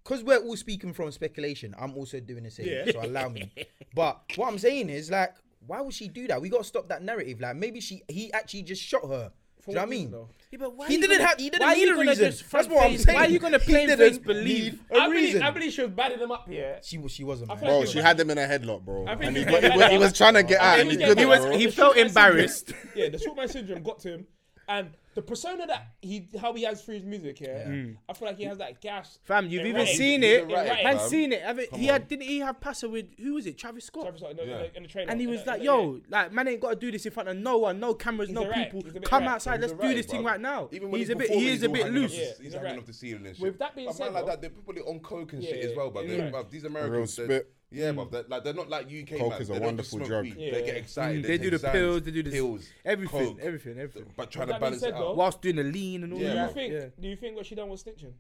S1: because we're all speaking from speculation, I'm also doing the same,
S2: Yeah.
S1: so allow me. But what I'm saying is, like, why would she do that? We got to stop that narrative. Like, maybe she he actually just shot her. Do you know what I mean?
S2: though?
S3: Yeah, but why
S1: He
S3: you
S1: didn't
S3: gonna-
S1: have. He didn't
S3: why you
S1: need a
S3: gonna
S1: reason.
S3: just
S1: That's
S3: front
S1: what I'm
S3: face-
S1: saying.
S3: Why are you gonna
S1: He
S3: play
S1: didn't
S3: face believe?
S1: need A
S2: I believe,
S1: reason.
S2: I believe she was batting them up here.
S1: She was. She wasn't.
S2: I
S1: Man.
S2: feel like
S5: Bro,
S2: she
S5: she
S2: was-
S5: had them in a headlock, bro.
S2: I think
S5: And
S2: she
S5: he,
S2: was
S5: got, he,
S2: like-
S5: was, he was trying to get out,
S2: I
S5: and he
S2: think
S5: couldn't.
S2: he
S6: was-
S5: bro.
S6: he
S2: The
S6: felt
S2: Short Man syndrome-
S6: embarrassed.
S2: yeah, the short man syndrome got to him, and the persona that he how he has through his music. Yeah, I feel like he has that gas.
S3: Fam, you've
S2: in
S3: even
S2: writing.
S3: seen
S2: He's
S3: it.
S2: in writing.
S3: Man,
S4: fam.
S3: seen it. Haven't- He had didn't he have passer with who was it? Travis Scott.
S2: Travis Scott in the- in
S4: Yeah.
S2: the- in the trailer.
S3: and he
S2: In
S3: was
S2: the-
S3: like,
S2: in the-
S3: "Yo, like man ain't got to do this in front of no one, no cameras, no
S2: a rat.
S3: people.
S2: He's a bit
S3: Come
S2: rat.
S3: outside, let's
S4: He's
S3: do
S4: alright,
S3: this thing
S4: bruv.
S3: right now."
S4: Even when
S3: he's
S4: he
S3: a bit,
S4: performs,
S3: he
S4: he's
S3: is a
S4: all
S3: bit
S4: hanging off
S3: loose.
S4: the-
S2: Yeah,
S4: he's
S2: he's
S4: hanging
S2: right.
S4: off the ceiling and shit.
S2: With that being
S4: But
S2: said,
S4: man, like
S2: though-
S4: that, they're probably on coke and shit
S2: Yeah,
S4: as well. But
S2: yeah,
S4: they-
S2: yeah.
S4: bruv, these Americans,
S5: Real
S4: they're-
S5: spit.
S4: yeah, but they're, like they're not like UK
S5: Coke
S4: man.
S5: is a
S4: they
S5: wonderful
S4: don't just
S5: drug.
S4: smoke Weed. They get excited.
S3: Mm, they do the
S4: take
S3: pills,
S4: Xans,
S3: they do this-
S4: pills,
S3: everything,
S4: coke,
S3: everything, everything.
S4: But trying to
S2: With that being
S4: balance
S2: said,
S4: it
S2: though,
S4: out.
S3: Whilst doing the lean and all
S4: Yeah,
S2: Do you
S3: that.
S4: man.
S2: think?
S3: Yeah.
S2: Do you think what she done was snitching?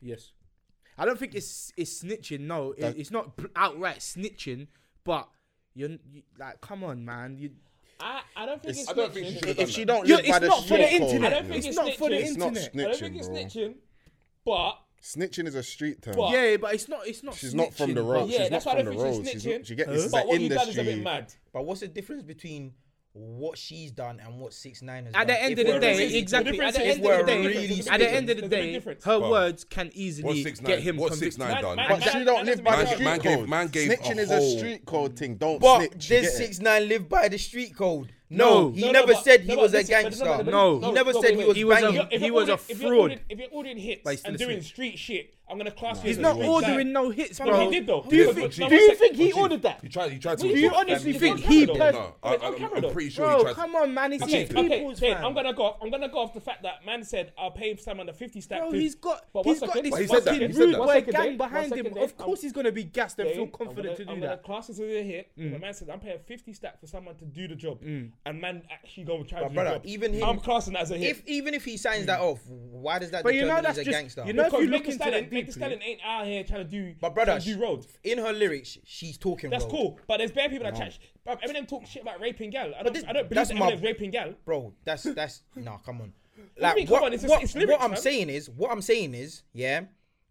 S3: Yes. I don't think it's it's snitching. No, it, it's not bl- outright snitching, but you're n- you, like, come on, man. You,
S2: I, I don't think it's.
S5: It's-
S4: I don't think
S2: snitching.
S4: she should have done
S5: If she
S4: that.
S5: don't
S3: Yo,
S5: live by
S3: it's
S5: the
S3: not for
S5: street
S3: the
S5: code,
S3: internet.
S2: I don't think
S3: it's
S2: it's
S3: not for the
S2: snitching.
S5: It's not
S3: internet.
S2: I don't think it's
S5: snitching, bro.
S2: snitching, but
S5: Snitching is a street term.
S2: But-
S3: Yeah, but it's not. It's not.
S5: She's not from the
S3: snitching,
S5: road.
S3: but-
S2: Yeah,
S5: she's
S2: that's
S5: not
S2: why I
S5: from the
S2: don't think
S5: road.
S2: she's
S5: She's,
S2: snitching.
S5: she get,
S3: Huh?
S5: this is
S2: but
S5: the
S2: what you done is a bit
S5: industry.
S2: mad.
S1: But what's the difference between what she's done and what six nine has
S3: At
S1: done?
S3: the end
S1: If
S3: of the
S1: we're
S2: difference
S1: really-
S3: day,
S2: is-
S3: exactly.
S2: the
S3: At the
S2: difference
S3: end of the
S1: is we're
S3: day,
S1: really
S3: at the end
S2: speaking.
S3: of the
S2: There's a big
S3: day,
S2: difference.
S3: her
S4: Well,
S3: words can easily
S4: What's six
S3: get
S4: nine?
S3: him
S4: What's six
S3: convicted.
S4: nine
S2: Man-
S4: done?
S2: man-
S5: But
S2: man-
S5: she don't live by
S4: Man
S5: the
S4: gave-
S5: street
S4: man gave-
S5: code.
S4: man gave a
S5: Snitching is a
S4: whole-
S5: street code thing. Don't
S1: But
S5: snitch. you
S1: did
S5: get it?
S1: six nine live by the street code?
S3: No.
S1: No, he
S2: No, no,
S1: never
S2: but-
S1: said he
S2: no, but
S1: was a
S2: listen, but
S1: gangster.
S2: no, but-
S3: No.
S1: he never
S2: no,
S1: said he
S2: wait, wait.
S1: was
S3: He was a-
S1: banging.
S2: If
S3: He
S2: you're
S3: was a
S2: ordering- if you're
S3: fraud.
S2: ordering- If you're ordering
S3: But he's
S2: hits
S3: still
S2: and
S3: a
S2: doing
S3: snitch.
S2: street shit, I'm gonna class you.
S3: He's
S2: as a
S3: not
S2: street
S3: ordering
S2: guy.
S3: no hits,
S2: But
S3: bro.
S2: he did though.
S3: Do you
S2: But-
S3: think?
S2: but- no,
S3: Do you
S2: one sec.
S3: think he
S4: Chief,
S3: ordered that?
S4: He tried. He tried to.
S2: Do
S3: you
S4: report
S3: honestly
S4: them.
S3: think
S4: It's
S3: he
S4: on camera,
S3: pers-
S4: though. No,
S2: But it's on
S4: I-
S2: camera,
S4: I'm
S2: though.
S4: pretty sure he
S3: Bro,
S4: tried.
S3: come on, man. He's
S2: Okay,
S3: his people's
S2: okay, then I'm
S3: man.
S2: gonna go. Off, I'm gonna go off the fact that man said I'll pay someone a fifty stack.
S3: Bro,
S2: too."
S3: he's got
S2: But one
S3: he's got
S2: second,
S3: this
S4: But he said that,
S3: fucking
S4: he said
S3: rude
S4: that.
S2: One
S3: boy
S2: second,
S3: gang
S2: Dave, one
S3: behind him.
S2: second,
S3: Of
S2: Dave,
S3: course,
S2: I'm-
S3: he's gonna be gassed and feel
S2: I'm
S3: confident
S2: gonna-
S3: to
S2: I'm
S3: do
S2: gonna
S3: that.
S2: Class this as a hit. But man said I'm paying fifty stack for someone to do the job, and man actually go and try to
S1: But
S2: do
S1: brother,
S2: the job.
S1: even him-
S2: I'm classing that as a hit.
S1: If even if he signs that off, why does that
S3: But you
S1: determine
S3: know that's
S1: he's a
S3: just-
S1: gangster?
S3: you know if
S2: Because
S3: look
S2: Megan
S3: into
S2: Stallion,
S3: it
S2: Megan
S3: deeply-
S2: Stallion ain't out here trying to do,
S1: But brother,
S2: trying to do roads.
S1: in her lyrics, she's talking.
S2: That's
S1: road.
S2: cool. But there's bare people that chat. Bruv, Eminem talk shit about raping gal. I don't,
S1: this-
S2: I don't believe
S1: that's
S2: that
S1: my-
S2: Eminem's raping gal.
S1: bro. That's that's nah. Come on.
S2: do you mean,
S1: Like
S2: come
S1: what,
S2: on? It's just-
S1: what,
S2: it's lyrics,
S1: what I'm
S2: man.
S1: saying is what I'm saying is yeah,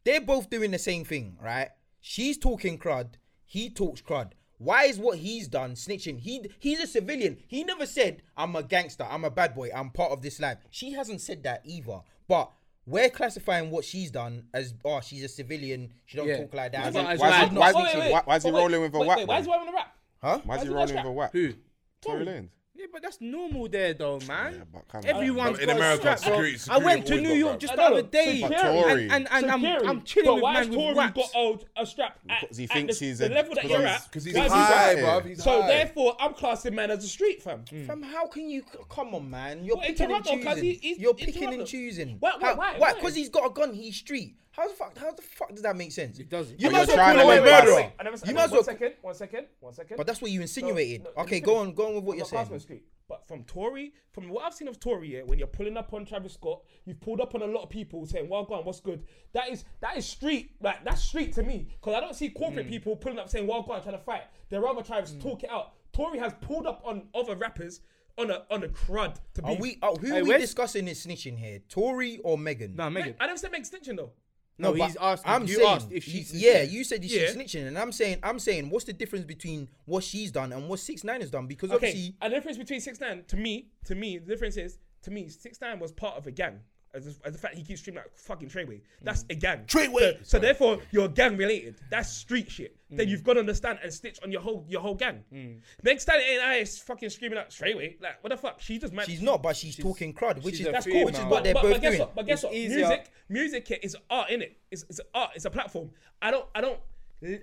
S1: they're both doing the same thing, right? She's talking crud. He talks crud. Why is what he's done snitching? He he's a civilian. He never said I'm a gangster. I'm a bad boy. I'm part of this life. She hasn't said that either. But we're classifying what she's done as oh she's a civilian. She don't
S3: Yeah.
S1: talk like
S3: Why
S1: that.
S3: is it-
S1: She's
S5: why is
S1: not
S5: it- why is it-
S1: snitching.
S5: why- why is he
S2: But wait,
S5: rolling with a
S2: wait,
S5: whack,
S2: why is he
S5: man?
S2: rolling with a rap?
S1: Huh?
S5: Why is he
S2: Why
S5: rolling
S2: is it
S5: with a whack?
S3: Who?
S5: Tory Lanez.
S3: Yeah, but that's normal there, though, man.
S5: but come on.
S3: Everyone's
S4: But in
S3: got
S4: America,
S3: a strap, bro.
S4: security-
S3: I went to
S4: security
S3: New
S4: always got
S3: York
S4: that.
S3: just the
S2: I know,
S3: other day,
S2: so
S5: Tory.
S3: and, and, and
S2: So
S3: I'm,
S2: Gary,
S3: I'm chilling
S2: but
S3: with
S2: why
S3: man
S2: is
S3: with
S2: Tory
S3: raps.
S2: got old a strap at,
S5: Because he
S2: at
S5: thinks
S2: the,
S5: he's
S2: the
S5: a-
S2: level that
S5: because
S2: you're
S5: he's-
S2: at.
S4: Because he's
S2: why is he
S4: high,
S5: high.
S4: bruv. He's
S2: So
S4: high.
S2: therefore, I'm classing man as a street fam.
S1: Fam, how can you come on, man? You're
S2: Well, in
S1: picking and
S2: Toronto, 'cause
S1: choosing.
S2: he- he's-
S1: You're
S2: in
S1: picking
S2: Toronto.
S1: and choosing.
S2: Why- why-
S1: How-
S2: why- why?
S1: Because he's got a gun. He's street. How the fuck? How the fuck does that make sense? It
S3: doesn't.
S1: You
S5: But
S1: might as
S5: you're
S1: well
S5: trying
S1: call
S5: to
S1: him a
S5: make that-
S1: murderer.
S2: I never said-
S1: You might as
S2: one
S1: well.
S2: second, one second, one second.
S1: But that's what you insinuated.
S2: No, no,
S1: okay,
S2: listen.
S1: go on. Go on with what
S2: I'm
S1: you're
S2: not classing him
S1: saying.
S2: as street. But from Tory, from what I've seen of Tory, yeah, when you're pulling up on Travis Scott, you've pulled up on a lot of people saying, "Well gone, what's good?" That is that is street, like that's street to me, because I don't see
S1: Mm.
S2: corporate people pulling up saying, "Well gone," trying to fight. They're rather trying to talk it out. Tory has pulled up on other rappers on a on a crud to be.
S1: Are we? Are, who
S3: Hey,
S1: are we
S3: where's-
S1: discussing is snitching here? Tory or Megan?
S3: No, Ah, Megan.
S2: I never said make extension though.
S3: No,
S1: but
S3: he's asked.
S1: I'm
S3: you
S1: saying,
S3: asked if she's.
S1: yeah, you said she's
S2: Yeah.
S1: snitching, and I'm saying, I'm saying, what's the difference between what she's done and what Six Nine has done? Because
S2: Okay,
S1: obviously,
S2: and the difference between six nine to me, to me, the difference is to me, six nine was part of a gang. As, as the fact he keeps streaming like fucking Treyway, that's
S1: Mm.
S2: a gang. Treyway. So, so therefore, you're gang related. That's street shit.
S1: Mm.
S2: Then you've got to understand and stitch on your whole your whole gang. Next time ain't I is fucking screaming out Treyway. Like what the fuck? She just man.
S1: she's not, but she's, talking crud, which
S3: she's
S1: is
S3: a
S2: That's
S1: that's
S2: cool.
S1: cool, which is
S3: female.
S1: what they're
S2: but,
S1: both
S2: but guess
S1: doing.
S2: What, but guess
S3: It's
S2: what?
S3: easier.
S2: Music, music here is art in it. It's it's art. It's a platform. I don't I don't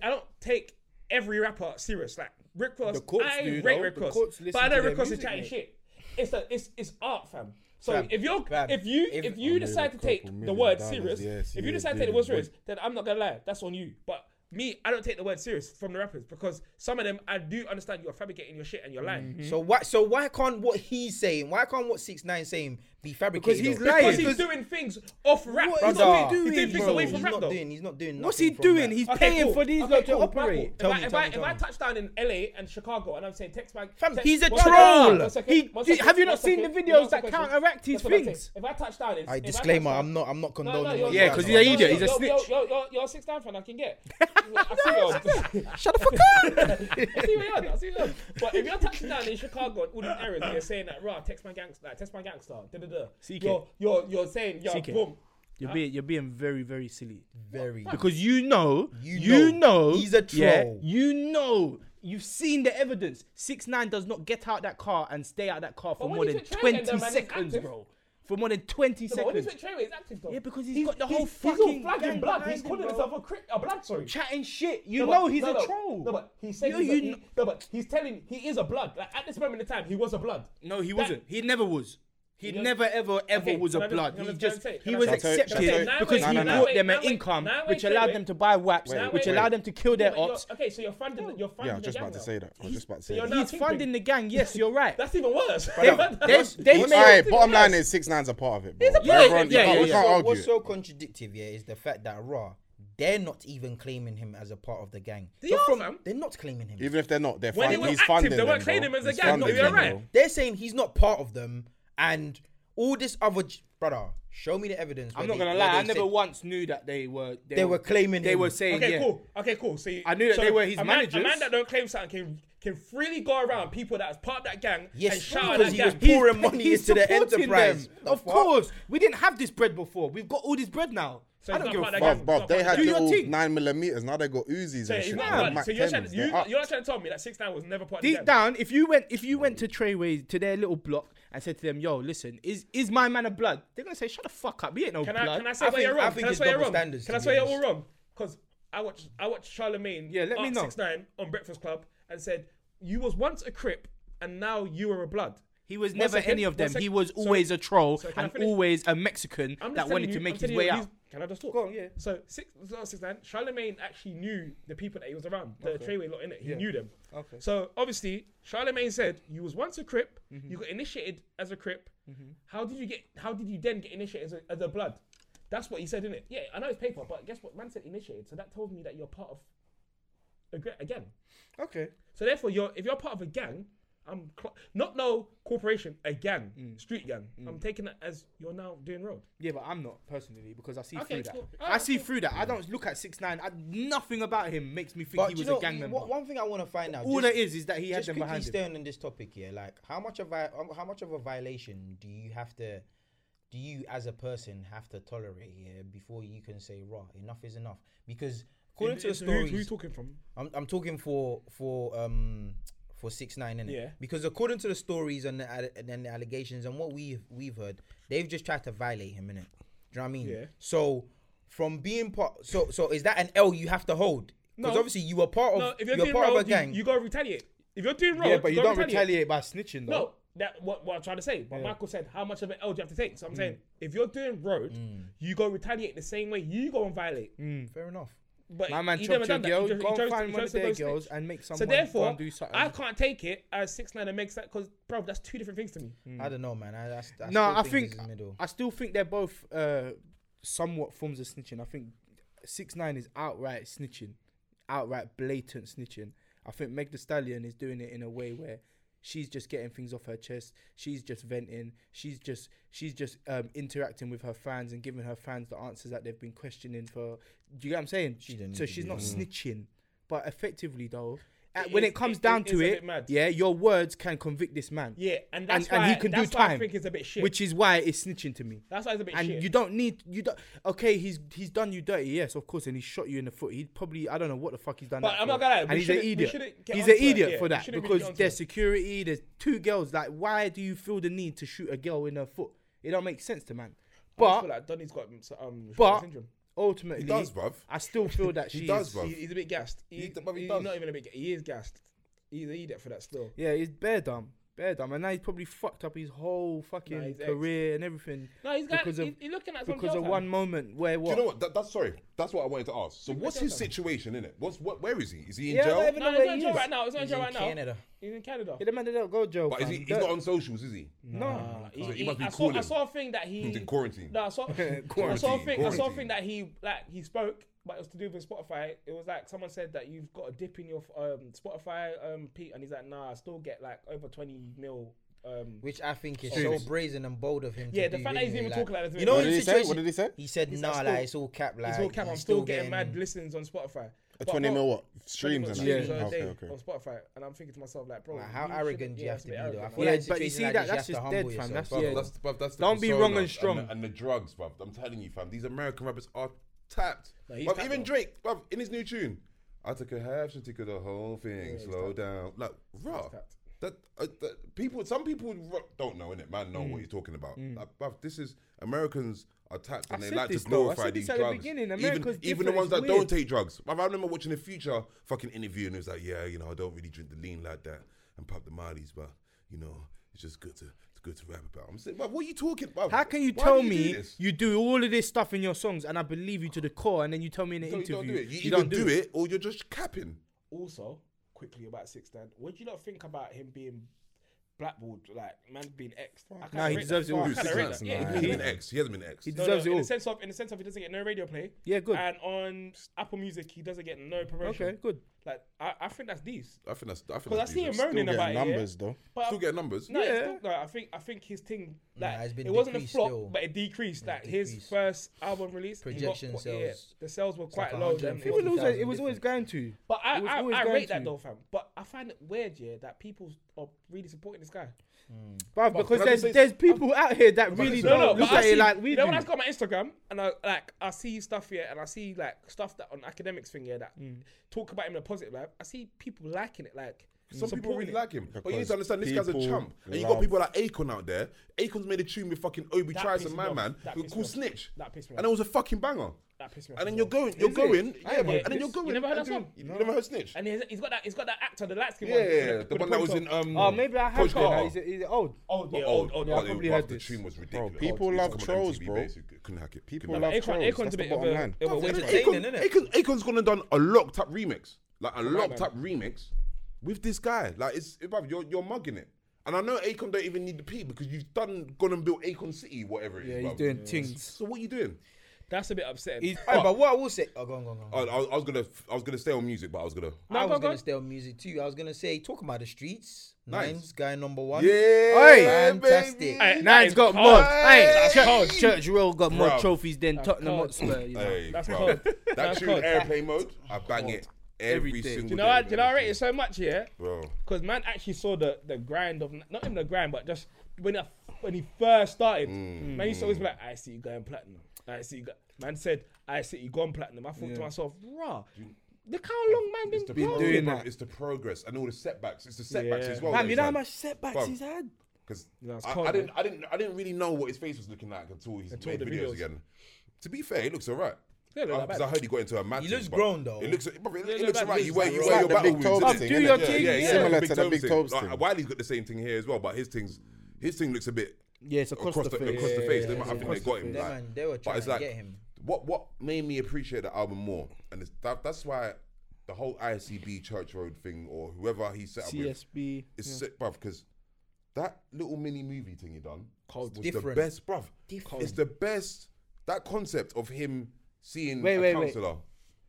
S2: I don't take every rapper serious. Like Rick Ross,
S3: The courts
S2: I
S3: do,
S2: rate
S3: though.
S2: Rick
S3: The
S2: Ross,
S3: courts
S2: but I
S3: listen
S2: know
S3: to their
S2: Rick Ross is
S3: music,
S2: chatting
S3: mate.
S2: shit. It's a, it's it's art, fam. So
S1: Fam,
S2: if you're
S1: fam,
S2: if you
S1: if-
S2: if
S1: I
S2: you
S1: mean,
S2: decide to
S5: a
S2: take
S5: couple
S2: the
S5: million
S2: word
S5: dollars,
S2: serious,
S5: yes,
S2: if you
S5: yeah,
S2: decide to take the
S5: dude,
S2: word serious,
S5: but-
S2: then I'm not gonna lie, that's on you. But me, I don't take the word serious from the rappers because some of them I do understand you're fabricating your shit and you're lying.
S3: Mm-hmm.
S1: So why? So why can't what he's saying? Why can't what Six Nine saying be fabricated?
S3: Because he's
S1: though?
S3: lying.
S2: Because he's doing things off rap.
S3: What
S2: He's
S3: is
S2: not
S1: he
S2: He's doing
S3: doing,
S2: things
S3: bro?
S2: away
S1: He's
S2: from rap
S1: not
S2: though.
S1: doing. He's not doing.
S3: What's
S1: nothing
S3: he
S1: from
S3: doing?
S1: rap.
S3: He's
S2: Okay,
S3: paying
S2: cool.
S3: for these
S2: Okay,
S3: lot to
S2: cool.
S3: operate.
S2: Michael,
S1: Tell
S2: if
S1: me,
S2: I, if,
S1: tell
S2: I,
S1: me,
S2: if
S1: tell
S2: I
S1: me.
S2: touch down in LA and Chicago and I'm saying text back.
S1: Fam,
S2: text-
S3: he's a
S2: one second,
S3: troll.
S2: one second,
S3: He-
S2: one
S3: do you-
S2: second,
S3: have you
S2: one
S3: not seen the
S2: second.
S3: videos
S2: One
S3: that
S2: second.
S3: counteract his
S2: That's what I'm
S3: things?
S2: saying. If I touch down, it's,
S1: I
S2: if touch
S1: disclaimer.
S2: down-
S1: I'm not. I'm not
S2: No, no,
S1: condoning.
S2: you're-
S1: what
S3: Yeah,
S1: he's
S3: 'cause
S1: done.
S3: he's an idiot, he's a
S2: you're-
S3: snitch.
S2: You're, you're, you're, you're a six down fan. I can get. I see what you're on.
S3: Shut the fuck up.
S2: I see what you're on. I see what you're on. But if you're touching down in Chicago and all these areas, and you're saying that, "Rah, text my gangster, like, text my gangster." Da, da, da.
S3: CK.
S2: You're, you're, you're saying, yeah,
S3: CK.
S2: boom.
S3: You're being you're being very very silly
S1: Very.
S3: because you know
S1: You
S3: you,
S1: know
S3: know,
S1: he's a
S3: yeah,
S1: troll.
S3: you know you've seen the evidence. Six nine does not get out that car and stay out that car for
S2: when
S3: more
S2: he's
S3: than
S2: with Trent
S3: twenty
S2: and them, man, he's
S3: seconds,
S2: active.
S3: bro. For more than twenty
S2: No, but when he's
S3: seconds.
S2: with Traore, he's active though.
S3: Yeah, because he's got the whole
S2: He's
S3: fucking
S2: all flagging
S3: gang
S2: blood.
S3: behind
S2: He's
S3: him,
S2: calling
S3: bro.
S2: himself a, cri- a blood, sorry.
S3: chatting shit. You
S2: No,
S3: know
S2: but-
S3: he's
S2: no,
S3: a
S2: no.
S3: troll.
S2: No, but he's saying
S3: You-
S2: he's, a-
S3: you
S2: he-
S3: kn-
S2: no, but he's telling he is a blood. Like at this moment in time, he was a blood.
S3: No, he
S2: That-
S3: wasn't. He never was. He
S2: He was-
S3: never, ever, ever
S2: Okay,
S3: was a
S2: can I just-
S3: blood.
S2: can I
S3: He
S2: just-
S3: just
S2: can I
S3: he
S2: say-
S3: was
S5: can I say-
S3: accepted
S5: can I say-
S3: because
S5: now,
S3: he
S5: now, now.
S3: brought them
S2: Now,
S3: an
S2: wait,
S3: income,
S2: now, wait,
S3: which
S2: wait,
S3: allowed
S2: wait.
S3: them to buy waps,
S2: Now,
S3: which
S2: wait,
S3: allowed
S2: wait.
S3: them to kill
S2: Yeah,
S3: their
S2: but you're-
S3: ops.
S2: Okay, so you're funding. You're funding.
S5: Yeah, I was
S2: the
S5: just
S2: gang
S5: about to
S2: now.
S5: say that. I was just about to
S2: So
S5: say
S2: you're
S5: that.
S2: not-
S3: He's
S2: kingpin.
S3: funding the gang. Yes, you're right.
S2: That's even worse.
S3: They've- they've- they've
S5: All
S3: made-
S5: right, bottom line is six nines a part of it, bro.
S3: part of
S5: Everyone-
S3: it.
S5: you
S3: Yeah,
S5: can't-
S3: yeah,
S5: We
S3: yeah.
S5: can't
S1: so,
S5: argue.
S1: what's
S5: it.
S1: so contradictive, yeah, is the fact that Raw, they're not even claiming him as a part of the gang. They
S2: are, fam.
S1: They're not claiming him.
S5: Even if they're not, they're
S2: When they
S5: funding.
S2: were
S5: He's
S2: active,
S5: funding
S2: they
S5: them,
S2: weren't
S5: bro.
S2: claiming them as a
S5: He's
S2: gang,
S5: funding
S2: though, you're
S5: them,
S2: right.
S5: bro.
S1: They're saying he's not part of them, and all this other j- brother. Show me the evidence.
S3: I'm
S1: where
S3: not
S1: they-
S3: gonna
S1: where
S3: lie. I
S1: they
S3: never
S1: said-
S3: once knew that they were.
S1: They were claiming
S3: They
S1: him.
S3: were saying.
S2: Okay,
S3: yeah.
S2: cool. Okay, cool. So you-
S3: I knew that
S2: so
S3: they were his
S2: a man, A man
S3: managers.
S2: that don't claim something can can freely go around people that's part of that gang
S1: Yes,
S2: and shout at
S1: because
S2: that
S1: he was
S2: gang.
S1: poor. pouring money
S3: he's
S1: into the
S3: supporting
S1: enterprise.
S3: them.
S1: The
S3: of
S1: fuck?
S3: course, we didn't have this bread before. We've got all this bread now.
S2: So
S3: I don't
S2: it's not
S3: give a
S2: part of
S3: fuck.
S2: that
S5: Bob,
S2: gang.
S5: Bob, they had
S3: Do your
S5: little
S3: thing.
S5: nine millimeters. Now they got Uzis
S2: So,
S5: and
S2: he's
S5: shit.
S2: not
S5: now they're
S2: blood.
S5: Mac
S2: so you're, trying,
S5: 10s.
S2: you,
S5: They're up.
S2: you're not trying to tell me that six nine was never part
S3: Deep
S2: of the gang.
S3: down, if you went, if you went to Treyway today, little block, and said to them, "Yo, listen, is is my man a blood?" They're gonna say, "Shut the fuck up, we ain't no
S2: Can
S3: blood."
S2: I, can I say
S1: I
S2: where you're
S1: think- I
S2: wrong?
S1: think
S2: Can I
S1: it's
S2: say you're
S1: double
S2: wrong?
S1: standards,
S2: Can I
S1: to
S2: say
S1: be
S2: you're all
S1: honest.
S2: wrong? Because I watched I watched Charlemagne.
S3: Yeah, let me know.
S2: Six nine on Breakfast Club and said you was once a crip and now you are a blood.
S3: He was
S2: One
S3: never
S2: second,
S3: any of
S2: one
S3: them.
S2: second.
S3: he was
S2: So-
S3: always a troll
S2: so can I
S3: and
S2: finish?
S3: always a Mexican
S2: I'm just
S3: that
S2: telling
S3: wanted
S2: you-
S3: to make his
S2: I'm telling
S3: way
S2: you,
S3: out.
S2: he's- Can I just talk?
S3: Go on, yeah.
S2: So six, not six nine. Charlemagne actually knew the people that he was around. The Treyway lot in it. He knew them.
S3: Okay.
S2: So obviously, Charlemagne said you was once a Crip.
S3: Mm-hmm.
S2: You got initiated as a Crip. How did you get? How did you then get initiated as a, as a Blood? That's what he said, innit? Yeah, I know it's paper, but guess what? Man said initiated, so that tells me that you're part of a, gr- a gang.
S3: Okay.
S2: So therefore, you're if you're part of a gang, I'm cl- not no corporation, a gang,
S3: Mm.
S2: street gang. I'm taking that as you're now doing road.
S3: Yeah, but I'm not personally because I see
S2: Okay,
S3: through that.
S2: cool.
S3: I see through that. I don't look at six nine. I, nothing about him makes me think
S1: But
S3: he
S1: you
S3: was
S1: know,
S3: a gang member.
S1: One, one thing I want to find out.
S3: All
S1: just-
S3: it is is that he had
S1: just
S3: them
S1: quickly
S3: behind him.
S1: staying on this topic here, like how much of a um, how much of a violation do you have to, do you as a person have to tolerate here before you can say, "Raw, enough is enough"? Because according to the
S2: Who- Who,
S1: stories,
S2: you talking from?
S1: I'm, I'm talking for for um for six nine innit?
S2: Yeah.
S1: Because according to the stories and the, alle- and then the allegations and what we we've heard, they've just tried to violate him innit? Do you know what I mean?
S2: Yeah.
S1: So from being part, so so is that an L you have to hold? Because
S2: No.
S1: obviously you were part of
S2: No, if
S1: you're,
S2: you're, doing
S1: part
S2: road,
S1: of a gang.
S2: you, you gotta retaliate. If you're doing road,
S3: Yeah, but you
S2: gotta
S3: don't retaliate by snitching though.
S2: No, that what, what I'm trying to say. But Michael said, how much of an L do you have to take? So
S3: Mm.
S2: I'm saying, if you're doing road, you go retaliate the same way you go and violate.
S1: Fair enough.
S2: But
S3: Mm. My man
S2: he
S3: chopped
S2: never
S3: your
S2: done that.
S3: girl,
S2: He just-
S3: go
S2: he
S3: and
S2: chose-
S3: find
S2: he
S3: one
S2: chose
S3: of
S2: to
S3: their
S2: go snitch.
S3: girls and make
S2: So
S3: someone go and
S2: therefore,
S3: do something.
S2: I can't take it as six nine and makes that because bro, that's two different things to me.
S3: Mm.
S1: I don't know, man. I, that's, I
S3: no,
S1: still
S3: I
S1: think,
S3: think
S1: he's in the middle.
S3: I still think they're both uh, somewhat forms of snitching. I think six nine is outright snitching, outright blatant snitching. I think Meg The Stallion is doing it in a way where she's just getting things off her chest. She's just venting. She's just she's just um, interacting with her fans and giving her fans the answers that they've been questioning for. Do you get what I'm saying?
S1: don't
S3: so
S1: need to
S3: she's
S1: do
S3: not snitching, but effectively though. uh,
S2: It
S3: when
S2: is-
S3: it comes
S2: it- it
S3: down
S2: is
S3: to
S2: a
S3: it,
S2: bit mad.
S3: yeah, your words can convict this man.
S2: Yeah, and that's
S3: and,
S2: why
S3: he can
S2: that's
S3: do
S2: why
S3: time,
S2: I think it's a bit shit.
S3: which is why it's snitching to me.
S2: that's why it's a bit
S3: and
S2: shit.
S3: you don't need you don't. Okay, he's he's done you dirty, yes, of course, and he shot you in the foot. He probably I don't know what the fuck he's done.
S2: But
S3: that
S2: I'm
S3: for.
S2: not gonna lie, we
S3: and he's an
S2: shouldn't- we
S3: idiot.
S2: shouldn't get
S3: He's an
S2: onto it,
S3: idiot
S2: yeah,
S3: for
S2: we
S3: that
S2: shouldn't
S3: because
S2: really get onto
S3: there's
S2: it.
S3: security. There's two girls. Like, why do you feel the need to shoot a girl in her foot? It don't make sense to man.
S2: I just
S3: But
S2: feel like Donny's got um
S3: but-
S2: syndrome.
S3: ultimately,
S4: He does, bruv.
S3: I still feel that
S4: He
S3: she
S4: does,
S3: is-
S4: bruv.
S2: He- he's a bit gassed. He,
S4: He-
S2: he's
S4: but he does.
S2: not even a bit. ga- He is gassed. He's an idiot for that still.
S3: Yeah, he's bare dumb, bare dumb, and now he's probably fucked up his whole
S2: Nah,
S3: fucking
S2: he's ex.
S3: career and everything.
S2: No, he's got.
S3: because of
S2: he- he's looking at some
S3: because of
S2: girls,
S3: one
S2: man.
S3: moment where what?
S4: Do you know what? That, that's sorry. That's what I wanted to ask. So, what's his
S2: Jonathan.
S4: situation in it? What's what? Where is he? Is he in
S3: Yeah, I don't
S4: jail?
S3: even
S2: No,
S3: know
S2: it's
S3: where
S2: not
S3: he
S2: Joe
S3: is.
S2: right now. It's not
S1: He's
S2: Joe
S1: in
S2: right now.
S1: Canada.
S2: He's in Canada.
S3: Yeah, the man didn't go jail.
S4: But is
S3: fam.
S4: he? He's not on socials, is he?
S3: no.
S2: He-
S4: So Oh, he
S2: he-
S4: must be
S2: I, saw, I
S4: cooling.
S2: saw a thing that he
S4: He's in quarantine.
S2: No, I saw. I saw a
S4: Quarantine,
S2: thing. I saw a
S4: quarantine.
S2: thing that he like he spoke, but it was to do with Spotify. It was like someone said that you've got a dip in your um, Spotify, um, Pete, and he's like, nah, I still get like over twenty mil. Um,
S1: Which I think is so
S4: Serious.
S1: brazen and bold of him.
S2: Yeah,
S1: to
S2: the
S1: do,
S2: fact that he's
S1: innit?
S2: even talking like this,
S1: You know,
S5: What
S1: in
S5: did he say?
S1: situation-
S5: What did he say?
S1: He said,
S2: He's
S1: "Nah,
S2: like,
S1: like
S2: still-
S1: it's all cap. Like
S2: it's all cap. I'm
S1: he's
S2: still getting mad
S1: getting-
S2: listens on Spotify.
S5: a twenty
S2: but-
S5: mil what streams and that.
S2: streams
S3: Yeah.
S2: on a
S5: Okay,
S2: day
S5: okay.
S2: on Spotify, and I'm thinking to myself like, bro,
S1: Like, how
S2: you
S1: arrogant
S2: shouldn't-
S1: do
S2: yeah,
S1: you have to be
S2: a bit
S1: though? I
S2: arrogant.
S1: feel
S3: Yeah,
S1: like
S3: but you
S1: situations
S3: see
S1: like
S3: that-
S1: this,
S3: that's
S1: you have
S3: just
S1: to
S3: dead,
S1: humble
S3: fam.
S1: yourself,
S3: That's-
S1: bro.
S4: Bruv,
S3: yeah.
S4: that's, bruv, that's the
S3: Don't be
S4: persona
S3: wrong and
S4: the-
S3: strong.
S4: And the, drugs, bruv. I'm telling you, fam. These American rappers are tapped.
S2: he's
S4: bruv,
S2: tapped,
S4: even
S2: though.
S4: Drake, bruv, in his new tune, I took a half, she took the whole thing. slow down, like raw.
S2: tapped.
S4: That, uh, that people, some people ro- don't know, innit? Man, know
S3: Mm.
S4: what he's talking about. Like, bruv, this is Americans are tapped and
S3: I
S4: they
S3: said
S4: like to
S3: this, though. I
S4: glorify
S3: said
S4: these
S3: this at the
S4: drugs.
S3: beginning,
S4: even
S3: America's
S4: even the
S3: different,
S4: ones
S3: it's
S4: that don't
S3: weird.
S4: take drugs. Bruv, I remember watching the Future fucking interview and it was like, yeah, you know, I don't really drink the lean like that and pop the Marlies, but you know, it's just good to. it's Good to rap about. I'm saying, bruv, what are you talking about?
S3: How can you
S4: Why
S3: tell
S4: do
S3: me
S4: do this?
S3: you do all of this stuff in your songs and I believe you to the core, and then you tell me in an
S4: No, you
S3: interview
S4: don't do it. You,
S3: you
S4: either
S3: don't
S4: do it or you're just capping.
S2: Also, quickly about Six Dan, what do you not think about him being blackballed, like man being exed? I kinda
S3: Nah, he
S2: rate
S3: deserves
S2: that.
S3: it all.
S2: I
S4: Who,
S3: Who's
S2: kinda
S4: Six
S2: rate
S4: Nine?
S2: that. Yeah,
S4: He
S2: he
S4: hasn't
S2: deserves
S4: been ex. He hasn't been ex.
S3: He
S2: no,
S3: deserves
S2: no,
S3: it
S2: in
S3: all.
S2: the sense of in the sense of he doesn't get no radio play.
S3: Yeah, good.
S2: And on Apple Music, he doesn't get no promotion.
S3: Okay, good.
S2: Like I, I think that's these.
S4: I think that's. I think
S2: Because I
S4: that's.
S2: see him
S4: decent.
S2: moaning
S5: Still
S2: about
S5: getting numbers
S2: it.
S5: though.
S2: But
S4: Still getting numbers.
S2: No, it's
S3: Yeah.
S2: still, no, I think I think his thing like
S1: it's been
S2: it wasn't a
S1: decreased
S2: flop,
S1: still.
S2: but it decreased. Like his
S1: decreased.
S2: first album release, he got
S1: Projection
S2: qu- yeah,
S1: sales.
S2: the sales were quite
S1: like
S2: low. Then it
S1: 150,000.
S3: Even
S2: wasn't-
S3: though it was- it
S1: different.
S3: was always going to.
S2: but I
S3: It was
S2: I,
S3: always
S2: I
S3: going
S2: rate that
S3: to.
S2: though, fam. But I find it weird, yeah, that people are really supporting this guy.
S3: Bruv,
S4: can I
S3: because
S4: just
S3: there's
S4: say-
S3: there's people out here that really
S4: listen,
S2: No,
S3: don't
S2: no,
S3: look
S2: but I
S3: at
S2: see,
S3: it like we
S2: you know
S3: do.
S2: when I just got my Instagram and I like I see stuff here and I see like stuff that on academics thing here that
S4: Mm.
S2: talk about him in a positive light. I see people liking it, like
S4: Mm. Some people
S2: supporting
S4: really
S2: it.
S4: like him, but you need
S5: Because
S4: to understand this guy's a
S5: people
S4: chump. And you got
S5: love-
S4: people like Akon out there. Akon's made a tune with fucking Obi
S2: That
S4: Trice
S2: pissed
S4: and
S2: me
S4: my
S2: off.
S4: man,
S2: That
S4: who
S2: pissed me
S4: called
S2: off.
S4: Snitch,
S2: That pissed me
S4: and
S2: off.
S4: it was a fucking banger.
S2: That pissed me off
S4: And
S2: as
S4: then you're
S2: well.
S4: going, you're
S3: it?
S4: going, yeah,
S2: yeah,
S4: man. And then
S2: this-
S4: you're
S2: you
S4: going.
S2: never heard
S4: and
S2: that
S4: then
S2: song?
S4: You never heard Snitch?
S2: And he's, he's got that he's got that actor, the light skin
S4: Yeah,
S2: one. with
S4: yeah, the
S2: with
S4: one that was
S2: ponytail.
S4: in um.
S3: Oh, maybe I have
S4: Coach
S3: got
S4: Carter.
S3: it. Is it- is it old?
S2: Oh, yeah,
S4: old,
S2: old, old.
S4: but
S2: yeah.
S4: it
S3: probably
S4: was-
S3: heard
S4: the
S3: this.
S4: tune was ridiculous.
S5: people
S4: It's
S5: love
S4: come on
S5: trolls,
S4: MTV,
S5: bro.
S4: basically. Couldn't hack it.
S5: People
S4: Couldn't
S5: love
S4: hack it.
S2: Akon,
S5: trolls.
S2: Akon's
S5: That's
S2: a
S5: the
S2: bit of
S5: bottom
S2: a,
S5: line.
S2: of
S1: That's
S2: a waste
S1: it.
S2: man.
S1: Akon's
S4: Akon,
S1: insane, innit?
S4: Akon, Akon's gone and done a locked up remix, like a locked
S2: man.
S4: up remix with this guy. Like it's, bruv, you're you're mugging it. And I know Akon don't even need the P because you've done gone and built Akon City, whatever it is.
S3: Yeah, he's
S4: bruv.
S3: doing things.
S4: So what are you doing?
S2: That's a bit upsetting.
S3: He's
S1: Alright, but what I will say, oh, go on, go on, go on.
S4: I, I, was- I was gonna I was gonna stay on music, but I was gonna.
S1: I
S2: No,
S1: was
S2: go on, go
S1: gonna
S2: on.
S1: stay on music too. I was gonna say, talking about the streets,
S4: Nice.
S1: nines, guy number one.
S4: Yeah,
S1: fantastic.
S4: baby.
S2: Hey, that
S3: Nine's
S2: is
S3: got
S2: cold.
S3: more. Hey,
S2: That's cold.
S3: Church, Church Row got more
S4: Bruv.
S3: trophies than Tottenham
S2: cold.
S3: Hotspur. You know?
S4: Hey,
S2: That's
S4: bruv.
S2: cold.
S4: That
S2: That's
S4: tune,
S2: cold.
S4: airplane mode. I bang it every,
S3: Every day.
S4: single.
S2: Do you know, I,
S4: day,
S2: do you know I rate it so much, yeah?
S4: Bro.
S2: Because man actually saw the, the grind of, not even the grind, but just when, I, when he first started, man used to always be like, I see you going platinum. I see you go. Man said, I see you gone platinum. I thought to myself, rah, look how long man been,
S4: It's the
S2: been
S4: progress,
S3: doing
S4: bruv.
S3: that.
S4: It's the progress and all the setbacks. It's the setbacks
S2: Yeah.
S4: as well. that
S3: Fam, you
S4: he's
S3: know how
S4: had.
S3: much setbacks
S4: Bruv.
S3: he's had.
S4: Because
S2: Yeah, it's
S4: I,
S2: cold,
S4: I didn't,
S2: man.
S4: I didn't, I didn't really know what his face was looking like until he's made
S2: the
S4: videos,
S2: videos.
S4: again. To be fair, he looks alright.
S2: Yeah, look like
S4: Because
S2: that.
S4: I heard he got into a match.
S1: He looks grown, though.
S4: It looks, bro, it, it
S2: look
S4: looks
S2: bad.
S4: alright.
S2: He
S4: You
S2: looks
S4: wear, you
S5: like
S4: wear
S5: the
S4: your battle
S5: big
S4: wounds.
S5: Tobes
S4: innit?
S5: thing,
S3: Do your
S4: yeah,
S3: thing,
S4: yeah, yeah,
S5: Similar
S4: like
S5: to
S4: big
S5: the big Tobes
S4: Like,
S5: thing.
S4: Wiley's got the same thing here as well, but his thing's, his thing looks a bit
S3: Yeah, it's
S4: across,
S3: across,
S4: the,
S3: face.
S4: across the
S3: Yeah,
S4: face.
S3: yeah,
S4: they
S3: yeah.
S4: might, I think they
S3: Across
S4: got
S3: the
S4: him.
S1: They
S4: like-
S1: man- they were
S4: but
S1: trying
S4: it's
S1: to
S4: like,
S1: get him.
S4: What what made me appreciate the album more, and it's that, that's why the whole ICB Church Road thing or whoever he set up with
S3: CSB.
S4: it's sick, bruv, because that little mini movie thing you done was
S1: Different.
S4: the best, bruv.
S1: Different.
S4: It's the best. That concept of him seeing
S3: Wait,
S4: a
S3: wait, wait.
S4: counselor.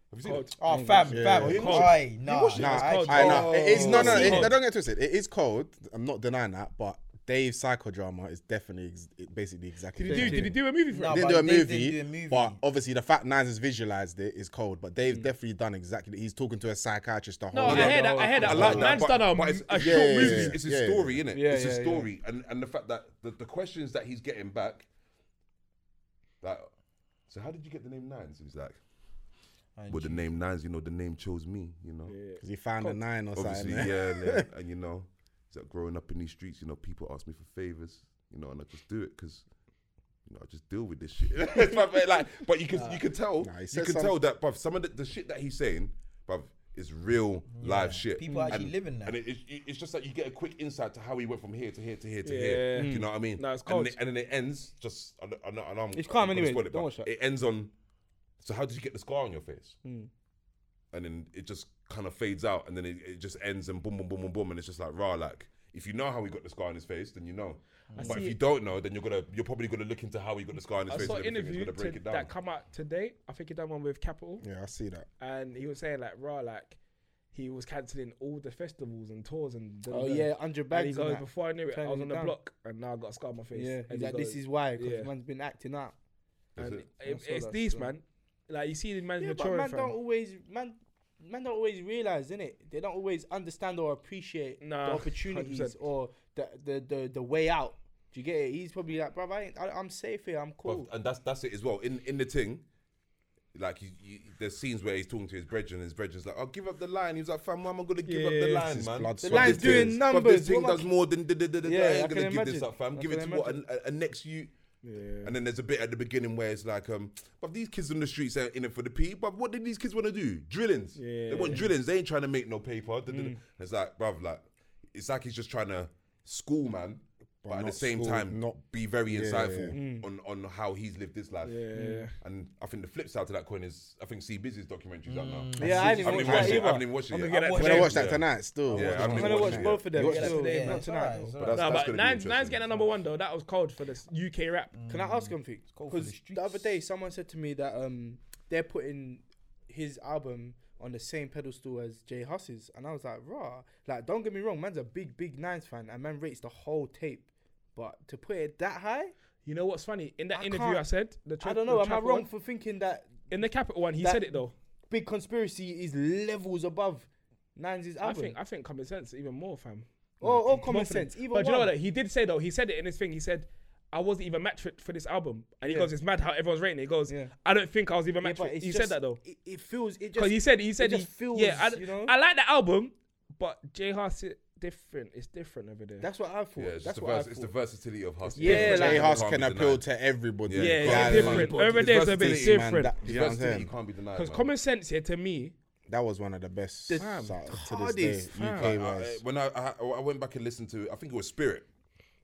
S4: Have you seen it?
S1: Oh, fam, fam.
S4: yeah.
S1: Aye, nah.
S4: watched it?
S1: nah,
S4: It's
S1: I-
S2: cold.
S5: I know.
S4: Oh.
S5: It is no, no.
S4: It's
S5: It,
S2: cold.
S5: don't get twisted. It is cold. I'm not denying that, but Dave's psychodrama is definitely ex- it basically exactly.
S2: Did he, do, did he do a movie for
S1: Nah,
S2: him?
S5: Didn't
S1: but
S5: do, a
S1: Dave
S5: movie,
S1: didn't do a movie.
S5: but obviously the fact Nines has visualized it is cold. But Dave's definitely done exactly. He's talking to a psychiatrist. The
S2: Mm. No,
S5: whole
S2: I
S5: lot.
S2: heard that. I heard that.
S4: I like that.
S2: Man's
S4: but-
S2: done a,
S4: but it's,
S2: a
S4: it's-
S2: short
S5: yeah, yeah,
S2: movie.
S5: yeah.
S4: It's, it's a story, innit?
S3: Yeah,
S4: it's
S3: yeah,
S4: a
S3: yeah.
S4: story, and and the fact that the, the questions that he's getting back, like, so how did you get the name Nines? He's like, well, the name Nines, you know, the name chose me, you know.
S5: 'Cause he found a nine or something.
S4: obviously,
S5: yeah.
S4: yeah, and, and you know, it's like growing up in these streets, you know, people ask me for favors, you know, and I just do it because, you know, I just deal with this shit. It's my bad, like, but you can you can tell,
S5: Nah, he
S4: you
S5: said
S4: can
S5: some-
S4: tell that, bruv, some of the, the shit that he's saying, bruv, is real live shit.
S1: People are actually
S4: and,
S1: living that.
S4: and it, it, it's just like you get a quick insight to how he went from here to here to here to
S2: Yeah.
S4: here. Do you know what I mean?
S2: Nah, it's
S4: and,
S2: cold.
S4: then it, and then it ends just. I know, I know, I know I'm,
S3: It's calm
S4: I'm gonna
S3: anyway,
S4: spoil it,
S3: don't
S4: but
S3: watch that.
S4: It ends on. So how did you get the scar on your face?
S2: Hmm.
S4: and then it just kind of fades out, and then it, it just ends and boom, boom, boom, boom, boom, and it's just like raw. Like if you know how he got the scar on his face, then you know. but if
S2: see
S4: you
S2: it-
S4: don't know, then you're gonna you're probably gonna look into how he got the scar on his
S2: I
S4: face.
S2: saw
S4: and
S2: an
S4: everything. It's
S2: interview
S4: gonna break
S2: to-
S4: it down.
S2: that come out today. I think he done one with Capital,
S5: I see that.
S2: and he was saying like, "Raw, like he was cancelling all the festivals and tours and." da- da-
S3: Oh
S2: da."
S3: yeah, hundred
S2: And he
S3: bags.
S2: goes,
S3: and that.
S2: "Before I knew it, I
S3: Turning
S2: was
S3: it
S2: on the
S3: down.
S2: block, and now I got a scar on my face."
S3: Yeah,
S2: and
S3: he's
S2: he
S3: like, this
S2: goes-
S3: is why, because
S2: yeah.
S3: man's been acting out.
S4: That's
S2: And
S4: it.
S2: it-
S3: I saw
S2: it's
S3: that,
S2: these
S3: yeah.
S2: man. Like you see the man
S3: Yeah, but
S2: maturing.
S3: man
S2: fam.
S3: don't always man men don't always realize, innit? They don't always understand or appreciate
S2: Nah,
S3: the opportunities
S2: 100%.
S3: or the, the the the way out. Do you get it? He's probably like, bruv, I ain't, I, I'm safe here. I'm cool.
S4: and that's that's it as well. In in the thing, like you, you, there's scenes where he's talking to his brethren, and his brethren's like, "I'll give up the line." He was like, "Fam, why am I gonna give up the
S2: Yeah,
S5: This
S4: line,
S5: is
S4: man?"
S5: blood,
S4: But
S5: sweat
S3: line's
S5: and
S4: this-
S3: doing
S5: tears.
S3: nothing.
S4: But this
S3: numbers.
S4: thing
S3: What am I-
S4: does more than da- da- da- da-
S3: Yeah,
S4: I
S3: I
S4: ain't gonna
S3: can
S4: give this
S3: imagine.
S4: up, fam.
S3: I
S4: Give
S3: can
S4: it to what
S3: imagine.
S4: a, a, a next you.
S5: Yeah.
S4: And then there's a bit at the beginning where it's like, um, but these kids on the streets ain't in it for the P. But what did these kids want to do? Drillings. They want drillings. They ain't trying to make no paper. Da- da- da.
S3: Mm.
S4: It's like, bruv, like, it's like he's just trying to school, man. But, at the
S5: not
S4: same
S5: school,
S4: time, not
S5: not-
S4: be very
S5: Yeah, Mm.
S4: insightful
S2: Mm.
S4: on on how he's lived his life.
S5: Yeah.
S4: And I think the flip side to that coin is I think C Busy's documentary's out
S2: Mm.
S4: now.
S3: Yeah, I
S4: I
S3: didn't
S4: haven't
S3: watch
S4: even
S3: that
S4: watched it. I
S3: either.
S4: haven't even watched it
S2: I'm
S4: yet.
S2: gonna get that
S5: When I
S2: Yeah.
S5: watched that tonight, still.
S4: Yeah, I'm
S3: I'm
S4: gonna
S3: gonna
S4: watch
S3: watch
S4: it.
S3: both of them.
S5: You watch that
S3: still,
S5: today,
S3: not
S5: yeah.
S3: tonight.
S1: Alright,
S3: though.
S4: But that's,
S2: Nah,
S4: that's
S2: but
S4: gonna
S2: nine's
S4: be
S2: nine's
S4: interesting.
S2: getting a number one though. That was cold for the UK rap.
S3: Can I ask something?
S1: cold for the
S3: 'Cause the,
S1: streets.
S3: other day, someone said to me that um they're putting his album on the same pedestal as Jay Huss's, and I was like, raw. Like, don't get me wrong, man's a big, big Nines fan, and man rates the whole tape, but to put it that high,
S2: You know what's funny? In that
S3: I
S2: interview,
S3: can't-
S2: I said the
S3: I
S2: Tra-
S3: don't
S2: the
S3: know. Am I
S2: Trapper
S3: wrong
S2: one-
S3: for thinking that
S2: in the capital one, he
S3: That-
S2: said it though.
S3: Big Conspiracy is levels above Nines'
S2: I
S3: album?
S2: think I think common sense even more, fam.
S3: or, or common
S2: Both of them.
S3: sense. Either
S2: but do you know
S3: one.
S2: what? He did say though. He said it in his thing. He said, "I wasn't even matched fit for this album." And he
S3: Yeah.
S2: goes, "It's mad how everyone's rating." it." He goes,
S3: Yeah.
S2: "I don't think I was even
S3: Yeah,
S2: matched."
S3: but
S2: fit."
S3: it's
S2: he
S3: just-
S2: said that though.
S3: It, it feels. It
S2: Because
S3: just.
S2: he said he said
S3: just
S2: he
S3: feels,
S2: yeah. I, d-
S3: you know?
S2: I like the album, but J Hart's different. It's different over there.
S3: that's what I thought.
S4: Yeah,
S3: that's
S4: it's, just the,
S3: what I
S4: vers-
S3: thought.
S4: it's the versatility of Huss.
S3: Yeah,
S5: But
S3: like-
S5: Jay Huss
S4: Can't
S5: can
S4: be
S5: appeal
S4: denied.
S5: to everybody.
S4: Yeah,
S2: yeah,
S5: Guys,
S2: it's different.
S5: man,
S2: Over
S4: It's
S2: there, it's a bit
S4: versatility, man,
S2: different.
S5: that- You know what I'm
S4: Versatility
S5: saying?
S4: can't be denied.
S2: Because
S4: man.
S2: common sense here to me,
S5: That was one of the best
S3: The
S5: sou- to this
S3: hardest,
S5: day. UK
S4: I- I-
S5: wise.
S4: when I, I I went back and listened to, I think it was Spirit,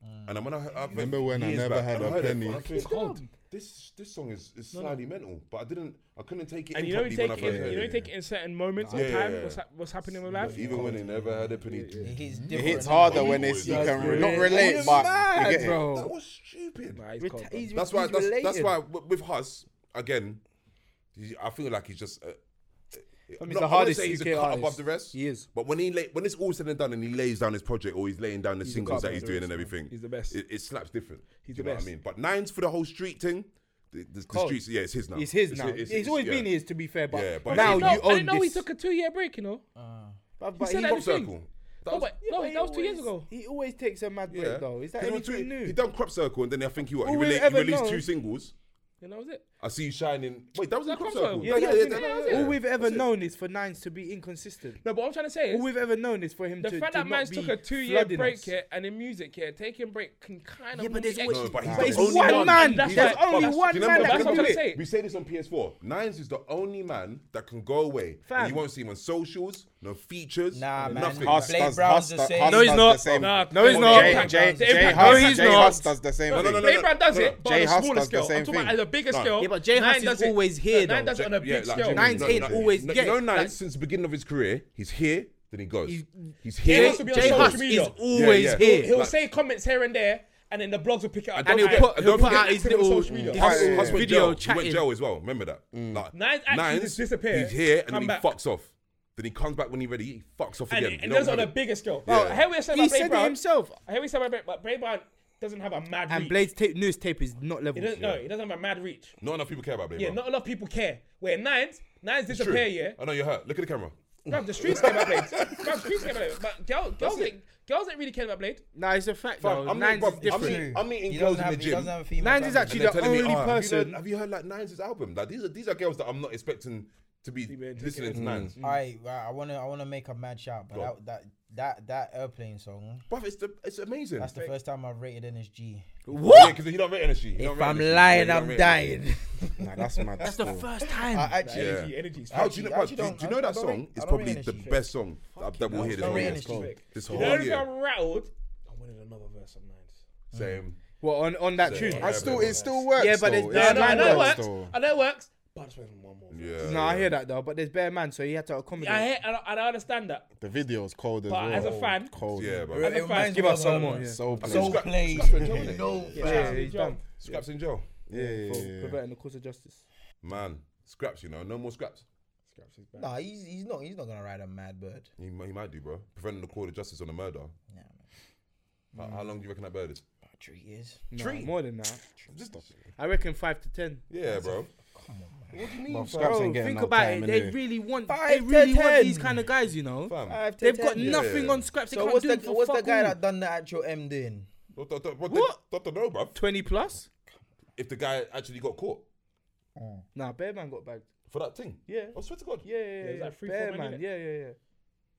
S4: and then when I, heard- I
S5: Remember when I never had a penny?
S4: It's cold. This this song is, is slightly mental, but I didn't I couldn't take it.
S2: and
S4: in
S2: you know
S4: properly
S2: you
S4: when
S2: take it,
S4: I first heard
S2: you know you take it in certain moments in
S4: Yeah,
S2: time.
S4: yeah, yeah.
S2: What's, hap- what's happening with life?
S4: Even when they never had a penny,
S1: It hits
S5: It
S1: different.
S5: hits
S1: innit?
S5: harder when it's, you
S4: Yeah,
S5: can
S4: yeah.
S5: re- not relate, but you get it.
S4: that was stupid.
S2: Nah, he's
S3: Reti-
S2: cold, bro.
S3: he's-
S4: that's why
S3: he's
S4: that's, that's
S3: related.
S4: why w- with Huss again, he- I feel like he's just. Uh,
S3: I mean,
S4: not-
S3: the
S4: I wouldn't
S3: hardest
S4: say he's a
S3: UK
S4: cut
S3: artist.
S4: above the rest.
S3: He is.
S4: But when he lay, when it's all said and done, and he lays down his project or he's laying down the
S2: a
S4: singles
S2: cut
S4: that
S2: above
S4: he's
S2: the
S4: doing
S2: rest,
S4: and
S2: man.
S4: everything,
S2: He's the best.
S4: It, it slaps different.
S2: He's
S4: Do you
S2: the
S4: know what
S2: best.
S4: I mean, but nines for the whole street thing. The, the, the
S3: Cold.
S4: streets, yeah, it's his now.
S3: It's his now.
S4: hi-
S3: it's always
S4: yeah.
S3: been his, to be fair. But,
S4: Yeah, but
S3: now
S4: it's-
S3: you
S2: No, I
S3: own
S2: didn't know
S3: this.
S2: he took a two-year break. You know,
S3: but,
S2: he
S3: but
S2: said
S3: he,
S2: that
S4: Crop
S2: the thing.
S4: circle.
S2: no, but, no, that was two years
S3: always-
S2: ago.
S3: He always takes a mad break though. Is that
S4: 'Cause he
S3: anything
S4: tweet-
S3: new?
S4: He done crop circle, and then I think he, what, he,
S3: All we'll
S4: rela- he
S3: ever
S4: released
S3: know-
S4: two singles.
S2: And that was it.
S4: I see you shining. Wait, that was in
S2: That
S4: crop
S2: Crop
S4: circle.
S2: Circle. Yeah,
S3: yeah, yeah,
S2: yeah.
S4: Oh,
S3: All we've ever
S4: That's it.
S3: known is for Nines to be inconsistent.
S2: No, but what I'm trying to say
S3: All
S2: is
S3: we've ever known is for him
S2: the
S3: to,
S2: fact
S3: to
S2: that
S3: not
S2: man's
S3: be
S2: took a two-year
S3: flooding
S2: break
S3: us.
S2: here and in music here, taking break can kind of
S3: Yeah, but there's
S2: normally
S3: always-
S4: No, but
S2: ex-
S4: he's
S3: But
S4: the
S3: it's
S4: only
S3: one man.
S2: That's
S3: There's
S2: right.
S3: only
S2: That's-
S3: one
S4: Do you know
S3: man
S4: what?
S3: that
S2: that's
S3: can
S2: what
S3: do
S2: I'm
S3: it.
S2: saying. it.
S4: We say this on PS4. Nines is the only man that can go away.
S3: Fam.
S4: And you won't see him on socials, no features,
S1: Nah, man.
S4: nothing.
S1: Huss
S5: Huss
S1: Blade
S5: does-
S1: Brown's
S5: Huss
S1: the
S5: does-
S1: same.
S5: Huss
S1: No,
S2: he's
S5: does
S2: not.
S5: the same.
S2: Nah, no, he's
S5: Jay-
S2: not.
S5: Jay- Jay-
S2: The
S5: Jay
S2: impact-
S5: Huss-
S2: No,
S1: he's
S5: Jay
S1: not.
S5: Huss does the same
S4: no,
S5: thing.
S4: no, no.
S2: Ray Brown does
S4: no, no.
S2: it, but on
S5: Jay
S2: a
S5: Huss
S2: smaller
S5: does the
S2: scale. I'm
S5: same
S2: talking about
S5: thing.
S2: at a bigger
S4: No.
S2: scale.
S4: Yeah,
S3: but Jay
S2: Nine
S3: Huss is
S2: does it-
S3: always here,
S2: Nine
S3: though.
S2: does it on a
S4: Yeah,
S2: big
S4: like
S2: scale.
S4: Jimmy,
S3: Nines
S4: no,
S3: ain't
S4: no,
S3: always
S4: no,
S3: get-
S4: You know, Nines
S3: like-
S4: since the beginning of his career, he's here, then he goes. He's,
S3: He's-
S4: here.
S2: has to be on social
S3: Huss
S2: media.
S3: is always
S4: Yeah, yeah.
S3: here.
S2: He'll say comments here and there, and then the blogs will pick it up.
S4: And
S3: he'll
S2: Don't
S3: put,
S2: worry.
S3: he'll
S4: don't
S3: put
S4: forget
S3: out his
S4: to put it on
S3: little
S4: social media.
S3: his
S5: Huss-
S4: Huss
S5: Yeah.
S4: went
S3: video
S4: jail. He
S3: chatting.
S4: went jail as well. Remember that. Like,
S2: Nines actually just disappeared,
S4: He's here and
S2: come
S4: then he
S2: back.
S4: fucks off. Then he comes back when he's ready. He fucks off
S2: And,
S4: again. You
S2: and
S4: know
S2: those
S4: what
S2: on
S4: I
S2: a
S4: mean?
S2: bigger scale.
S4: Yeah.
S2: Bro, I hear what you're saying
S3: He
S2: about Ray
S3: said it
S2: Brown.
S3: himself.
S2: I hear what you're saying about Ray, but Ray Brown doesn't have a mad
S3: And
S2: reach.
S3: Blade's tape, news tape is not
S2: he
S3: level.
S2: doesn't, No, he doesn't have a mad reach.
S4: Not enough people care about Blade
S2: Yeah,
S4: Brown.
S2: not a lot of people care. Where Nines, Nines
S4: It's true.
S2: disappear, yeah.
S4: I know you're hurt. Look at the camera.
S2: Bruv, the streets care about Blade. Bruv, the streets care about Blade. But girl, girls, ain't, girls ain't really care about Blade.
S3: Nah, it's a fact
S4: Fam,
S3: though.
S4: I'm
S3: Nines
S4: not-
S3: is
S4: I'm
S3: different.
S4: not- I'm meeting
S1: He
S4: girls
S1: doesn't
S4: in
S1: have.
S4: the
S1: He doesn't have
S4: gym.
S1: a female.
S3: Nines is
S1: family.
S4: And
S3: actually
S4: they're
S3: the
S4: telling me,
S3: only
S4: "Oh, have you heard-
S3: person.
S4: Have you heard like Nines' album? Like these are these are girls that I'm not expecting to be listening to Nines.
S1: I right, I wanna I wanna make a mad shout, but
S4: Go.
S1: that, that that that airplane song.
S4: But it's the, it's amazing.
S1: That's the first time I've rated NSG.
S4: Yeah, because he don't rate energy. He don't
S1: If
S4: rate
S1: I'm
S4: energy.
S1: lying,
S4: Yeah, he don't
S1: I'm
S4: rate
S1: dying.
S5: Nah, that's mad. That's the first.
S1: I actually,
S4: energy.
S2: Energy,
S4: Yeah.
S2: energy's
S4: How do you
S1: Actually-
S4: know? but
S1: actually
S4: Do,
S1: don't-
S4: do you
S1: I-
S4: know
S1: I
S4: that
S1: don't
S4: song?
S1: rate- I
S4: It's
S1: don't
S4: probably
S1: rate
S4: the
S1: energy.
S4: best song that, that we'll hear
S1: don't rate
S4: this
S1: energy.
S4: whole year.
S1: Sick.
S4: This
S2: You
S4: whole
S2: know, if
S4: year.
S2: I'm rattled, I wanted another verse on Nines.
S4: Same.
S3: Well, on on that tune.
S4: yeah,
S5: I still, it still works.
S3: Yeah, but
S5: though.
S3: it's
S5: It
S3: Yeah,
S2: I
S3: bad
S5: still
S2: know, I
S3: man
S2: know it
S5: works,
S2: works.
S5: though.
S2: I know it works. But I just wanted one more. verse.
S4: Yeah.
S3: No, I hear that though, but there's bare man, so he had to accommodate.
S2: I hear, and I, and I understand that.
S5: The video's cold as
S2: But
S5: well.
S2: as a fan-
S5: cold.
S4: Yeah, bro.
S1: It
S2: As a
S1: reminds
S2: fan,
S1: me
S3: Give us
S1: of,
S3: some
S1: um,
S3: more. Yeah.
S5: so
S1: Soul
S5: played.
S4: Scrap-
S1: play.
S4: Scrap's in jail, innit?
S1: No,
S3: Yeah,
S1: facts.
S3: he's done.
S4: Scraps in jail.
S5: Yeah, yeah,
S3: For
S5: yeah.
S3: perverting the course of justice.
S4: Man, scraps. You know, no more scraps.
S1: Nah, he's he's not he's not gonna ride a mad bird.
S4: He, mi- he might do, bro. Preventing the court of justice on a murder.
S1: Nah, man.
S4: How, how long do you reckon that bird is?
S1: About three years.
S3: Nah, more than that. I reckon five to ten.
S4: Yeah, bro.
S1: Come on, man.
S5: What do you mean? Scraps ain't getting
S3: think
S5: no
S3: about
S5: time,
S3: it. They
S5: innit?
S3: really want.
S1: Five
S3: they
S1: to
S3: really want
S1: 10.
S3: these kind of guys, you know.
S4: Fam.
S1: Five to
S3: They've
S1: ten,
S3: got
S1: yeah.
S3: nothing on scraps. They
S1: So
S3: can't
S1: what's
S3: do
S1: the
S3: for
S1: what's the
S3: fuck
S1: guy
S3: all.
S1: that done the actual M doing?
S4: Don't- don't- don't- What?
S3: What?
S4: Don't don't know, bruv.
S3: Twenty plus?
S4: If the guy actually got caught
S3: Nah, Bear Man got bagged.
S4: for that thing.
S3: Yeah.
S4: I swear to God.
S3: Oh, Yeah, yeah,
S2: was
S3: yeah.
S2: like three, four
S3: Bear
S2: men,
S3: Man.
S2: innit?
S3: Yeah, yeah,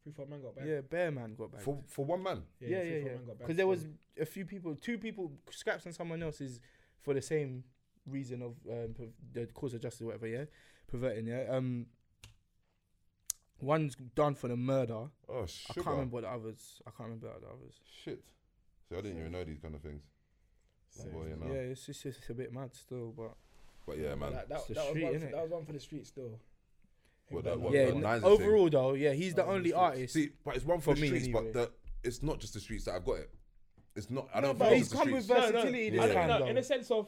S2: Three, four man got
S3: yeah.
S2: back.
S3: Yeah, Bear Man got bagged.
S4: For for one man.
S3: yeah, yeah,
S2: three,
S3: yeah.
S2: four man got back.
S3: Because there
S2: So-
S3: was a few people, two people, Scraps and someone else is for the same reason of um, per- the cause of justice, or whatever. Yeah, perverting. Yeah. Um, one's done for the murder.
S4: Oh
S3: I
S4: sugar.
S3: can't remember what the others. I can't remember what the others.
S4: Shit. See, I didn't even know these kind of things. Well, you know.
S3: Yeah, it's just it's a bit mad still, but
S4: But yeah, man.
S2: That, that,
S3: It's the
S2: that
S3: street,
S2: was one
S3: innit?
S2: for, that was one for the streets, though.
S4: Well, that one-
S3: yeah.
S4: that nine's a thing.
S3: overall though, yeah, he's the only artist.
S4: See, but it's one for,
S3: For
S4: the
S3: me,
S4: streets,
S3: anyway.
S4: but the, it's not just the streets that I've got it. It's not. I don't.
S3: but
S4: think
S3: he's
S4: it's the
S3: come
S4: streets.
S3: with versatility
S4: this
S2: I don't
S4: time,
S2: know,
S3: though.
S2: in a sense of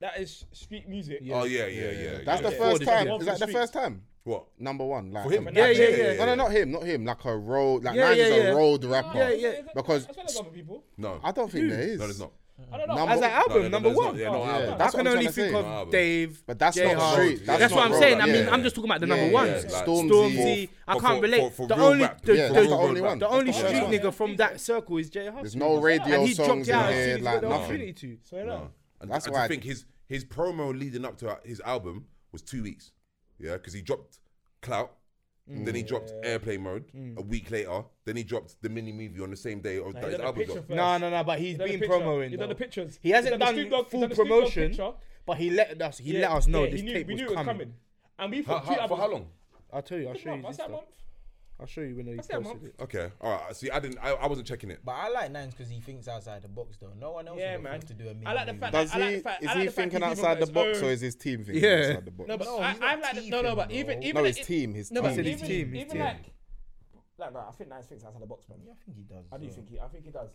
S2: that is street music.
S3: Yeah.
S4: Oh yeah, yeah, yeah. yeah
S5: That's the
S4: yeah.
S5: first
S3: Yeah.
S5: time.
S2: Off
S5: Is
S2: the
S5: that the
S2: streets.
S5: first time?
S4: What?
S5: Number one, like
S4: For him?
S5: Like,
S3: Yeah, yeah,
S4: yeah,
S5: No,
S4: yeah.
S5: no, not him, not him. Like a road, like
S3: Yeah,
S5: Nines
S3: yeah,
S5: is
S3: yeah.
S5: a road
S2: Oh,
S5: rapper.
S3: Yeah, yeah.
S5: Because-
S2: as well as other people.
S4: No.
S5: I don't think
S3: Dude.
S5: there is.
S4: no, there's not.
S2: I don't know.
S5: Number-
S3: As an
S5: No,
S4: no,
S3: album,
S4: no,
S3: number
S4: there's
S3: one.
S4: not- yeah, no,
S2: Yeah,
S4: album.
S5: that's
S3: I
S5: what
S3: can
S5: I'm
S3: only
S5: trying to
S3: think
S5: say.
S3: of
S4: No, but-
S3: Dave.
S5: But that's
S3: Jay
S5: not
S3: Hart.
S5: street.
S3: That's,
S5: That's
S4: not
S3: what I'm
S4: road,
S3: saying. I
S4: yeah.
S3: mean, I'm just talking about the
S5: Yeah,
S3: number
S5: yeah,
S3: ones.
S4: yeah, like-
S3: Stormzy.
S5: Stormzy.
S3: I
S4: For-
S3: can't
S4: for-
S3: relate.
S4: for- for
S3: the
S4: real
S3: only
S4: rap.
S3: the,
S5: Yeah,
S3: the-
S5: that's the only one.
S3: the only
S5: That's the
S3: street
S5: only
S3: nigga from that circle is Jay Hart.
S5: There's no radio
S3: and he
S5: songs
S3: dropped
S5: in
S3: out as soon
S5: here,
S3: as he got
S5: like
S3: the
S5: nothing.
S3: opportunity to.
S2: So you know,
S4: No. And
S5: That's
S4: that's
S5: why
S4: why
S5: I-
S4: I think his his promo leading up to his album was two weeks. Yeah, because he dropped Clout, then he dropped Airplane Mode a week later, then he dropped the mini movie on the same day of that
S2: he
S4: his
S2: done a
S4: album
S2: picture
S4: dropped.
S2: first.
S3: No, no, no. But he's
S2: He done a
S3: been
S2: picture.
S3: promoting.
S2: He done the
S3: though.
S2: pictures.
S3: He hasn't
S2: the
S3: done
S2: Snoop Dogg- he
S3: full
S2: done the Snoop Dogg
S3: promotion,
S2: picture.
S3: but he let us. He
S2: Yeah,
S3: let us know
S2: yeah,
S3: this
S2: he knew,
S3: tape
S2: we
S3: was
S2: knew it was
S3: coming.
S2: coming. And we
S4: How,
S2: thought
S4: how, for how long?
S3: I'll tell you. I'll
S2: That's
S3: show you. this
S2: that
S3: stuff.
S2: month.
S3: I'll show you when he
S2: That's that
S3: posted
S2: month.
S3: it.
S4: Okay, all right. See, I didn't. I, I wasn't checking it.
S1: But I like Nines because he thinks outside the box, though. No one else
S2: Yeah,
S1: would
S2: man.
S1: have to do a mini
S2: I like the
S1: movie.
S2: fact.
S5: Does
S2: I
S5: he?
S2: like the fact, I
S5: Is
S2: like
S5: he
S2: the fact
S5: thinking
S2: he's even got
S5: outside the
S2: his
S5: box,
S2: own-
S5: or is his team thinking
S3: Yeah.
S5: outside the box?
S2: No, but
S1: No,
S2: I,
S1: he's not
S2: I'm like the, no, no,
S1: teething,
S2: but
S1: bro.
S2: even even
S5: No,
S2: like
S5: his
S2: it-
S5: team, his
S2: No, but
S5: team.
S3: His
S2: even
S3: team, his
S2: even
S3: team.
S2: like like no, I think Nines thinks outside the box, man.
S1: Yeah, I think he does.
S2: I do
S1: though.
S2: think he, I think he does.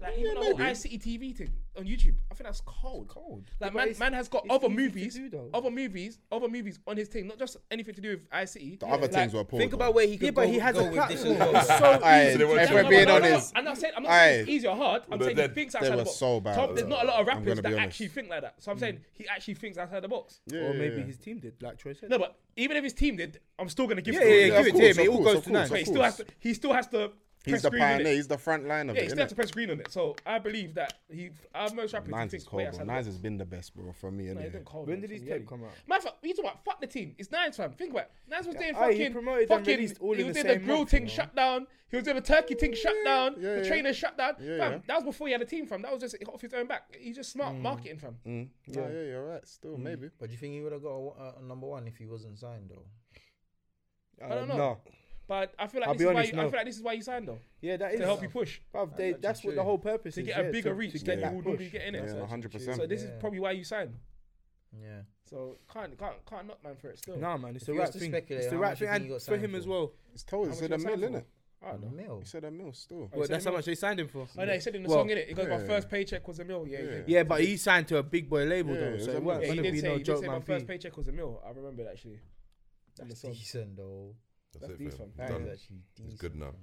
S2: Like even the whole ICTV thing on YouTube, I think that's cold.
S1: cold.
S2: Like
S3: but
S2: man,
S3: it's-
S2: man has got
S3: it's
S2: other
S3: easy to
S2: movies,
S3: do though.
S2: other movies, other movies on his thing, not just anything to do with ICE.
S5: The other
S2: Like,
S5: teams were poor.
S1: Think about where he could
S3: Yeah, but
S1: go,
S3: he has
S1: go
S3: a
S1: with this as
S3: platform.
S1: well.
S3: It's so
S5: Aye,
S3: easy
S4: they were
S5: if
S4: just-
S5: we're
S2: no,
S5: being
S2: no, no, no,
S5: honest,
S2: "Oh, I'm not saying I'm not saying it's
S5: Aye.
S2: easy or hard. I'm
S4: But
S2: saying
S4: they-
S2: he thinks outside
S5: were
S2: the box.
S5: so bad
S2: Top-
S5: as
S2: there's
S5: well.
S2: not a lot of
S5: I'm
S2: rappers
S5: gonna be
S2: that
S5: honest. Hmm.
S2: actually think like that. So I'm saying he actually thinks outside the box.
S3: Or maybe his team did, like Troy said.
S2: No, but even if his team did, I'm still gonna give
S3: Yeah,
S2: it to
S3: yeah,
S2: him.
S3: yeah, give it to
S5: of
S3: him.
S5: course,
S3: It
S5: of
S3: all
S5: course,
S3: goes
S5: of
S3: to
S5: course,
S3: nine.
S5: of
S2: But he still has to. He still has to.
S5: He's
S2: press
S5: the
S2: green, innit?
S5: pioneer. He's the front line of
S2: Yeah,
S5: it.
S2: he still has to
S5: innit?
S2: press green on it. So I believe that he, I'm most rappers
S5: Nines
S2: he
S5: is
S2: thinks way
S5: cold, bro.
S2: outside. the
S5: Nines
S2: box.
S5: has been the best, bro, for me.
S2: No, he
S5: innit?
S2: didn't cold,
S3: When
S2: man,
S3: did
S2: from
S3: his
S2: Yelly.
S3: tape come out?
S2: Man, fuck, you talking about fuck the team. It's Nines, fam. Think about it. Nines was doing
S3: aye, he
S2: fucking,
S3: promoted and
S2: fucking.
S3: released all
S2: he
S3: in
S2: was
S3: the
S2: doing the
S3: same
S2: grill
S3: month,
S2: thing
S3: you know.
S2: shut down. He was doing the turkey thing shut down.
S5: yeah,
S2: the
S5: yeah.
S2: trainer shut down.
S5: Yeah,
S2: fam,
S5: yeah.
S2: that was before he had a team, fam. That was just off his own back. He's just
S3: Mm.
S2: smart marketing, fam.
S5: Yeah, yeah, you're right. Still, maybe.
S1: But do you think he would have got a, a, a number one if he wasn't signed though?
S3: I
S2: don't know.
S3: No.
S2: But I feel like
S3: I'll
S2: this
S3: be
S2: is
S3: honest,
S2: why.
S3: no.
S2: I feel like this is why you signed though
S3: Yeah, that is.
S2: to help you push.
S3: Bruv, they,
S1: That's
S3: that's what
S1: true.
S3: the whole purpose
S2: To
S3: is.
S2: get
S3: yeah,
S2: a bigger
S3: to,
S2: reach
S3: To
S2: than
S3: get
S2: you
S3: that
S2: would
S3: push.
S2: normally get in it.
S5: Yeah,
S2: so,
S5: 100.
S2: so
S5: percent
S2: this
S1: Yeah.
S2: is probably why you signed.
S1: Yeah.
S2: So can't can't can't knock man for it still.
S3: Nah, man, it's
S1: If
S3: the
S1: you was
S3: right
S1: to
S3: thing.
S1: speculate,
S3: It's the
S1: how
S3: right
S1: much you
S3: thing,
S1: think he
S3: and
S1: got
S3: for him
S1: signed
S3: as
S1: for?
S3: well.
S5: It's told. He
S2: How much
S5: said
S2: you
S5: a
S2: signed
S5: mil,
S2: for?
S5: innit?
S2: I don't
S1: A
S2: know.
S3: Mm.
S1: mil.
S5: He said a mil still.
S3: Well, that's
S2: said
S3: how
S2: a
S3: much they signed him for.
S2: Oh no, he said in the
S3: Well,
S2: song, innit? He goes, my
S5: yeah.
S2: first paycheck was a mil. Yeah, yeah. yeah.
S3: Yeah, but he signed to a big boy label
S5: Yeah,
S3: though,
S5: it's
S3: so
S5: a
S3: it wasn't
S5: mix.
S2: he
S3: gonna
S2: did
S3: be
S2: say,
S3: no
S2: he did
S3: joke,
S2: say my
S3: man.
S2: first
S3: fee.
S2: paycheck was a mil. I remember it actually. In the
S1: That's
S2: song.
S1: decent though.
S4: That's,
S2: That's
S4: it
S2: decent,
S4: for him.
S2: man.
S4: He's
S1: That
S4: done.
S1: is actually
S4: He's
S1: decent.
S4: good now.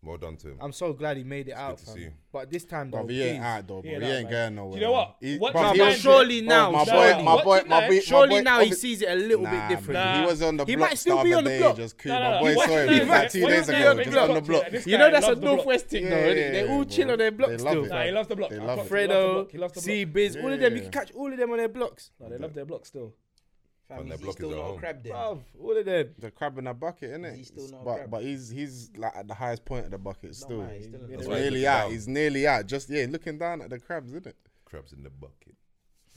S4: Well done to him.
S3: I'm so glad he made it out,
S4: to see
S3: fam.
S4: you.
S3: But this time though,
S5: But he ain't
S3: please.
S5: out though, bro.
S2: Yeah,
S5: He
S2: nah, man.
S5: ain't going nowhere.
S2: Do you know what?
S5: He-
S2: What
S5: Bruv,
S2: Nah,
S5: he
S2: but
S5: was-
S3: surely
S5: Bruv,
S3: now,
S5: Oh, my
S3: surely.
S5: boy, my
S2: What
S5: boy,
S2: did
S5: my
S2: I-
S5: boy,
S3: Surely
S5: my boy-
S3: now he
S5: obvi-
S3: sees it a little bit
S5: Nah,
S3: different.
S5: man, He was on the
S3: He
S5: block
S3: might still
S5: the
S3: be
S5: other
S3: on the
S5: day,
S3: block.
S5: Just cool.
S2: No, no,
S5: my
S2: no,
S5: boy
S2: he
S5: saw
S2: might- no,
S5: him
S2: he
S5: like
S2: might-
S5: two
S2: what
S5: days
S2: did I
S5: ago.
S2: say?
S5: Just
S2: Block.
S5: on the block.
S2: Yeah, this
S3: You
S2: guy
S3: know that's a
S2: loves the block.
S3: Northwest thing
S5: Yeah,
S3: though. innit? They
S5: yeah,
S3: all
S5: bro.
S3: chill on their blocks
S5: They love
S3: still.
S5: it.
S2: Nah, he loves the block.
S5: They
S2: I
S5: love
S2: fuck-
S5: it.
S2: He loves the block. He
S3: Fredo,
S2: loves the
S3: C
S2: block.
S3: Biz, all of them. You
S5: Yeah.
S3: can catch all of them on their blocks.
S2: No, they love their block still.
S1: Fam,
S4: Man,
S1: is
S4: that
S1: he
S4: block is
S1: still
S4: at
S1: not a
S4: home.
S1: crab then.
S3: Bruv, all of them.
S5: The crab in a bucket, innit?
S1: he still not a
S5: but
S1: crab?
S5: but he's he's like at the highest point of the bucket still.
S1: man, he's still in
S4: the-
S5: he's nearly
S4: That's why he's
S5: out.
S4: looking
S5: He's nearly out. Just yeah, looking down at the crabs, isn't it?
S4: Crabs in the bucket.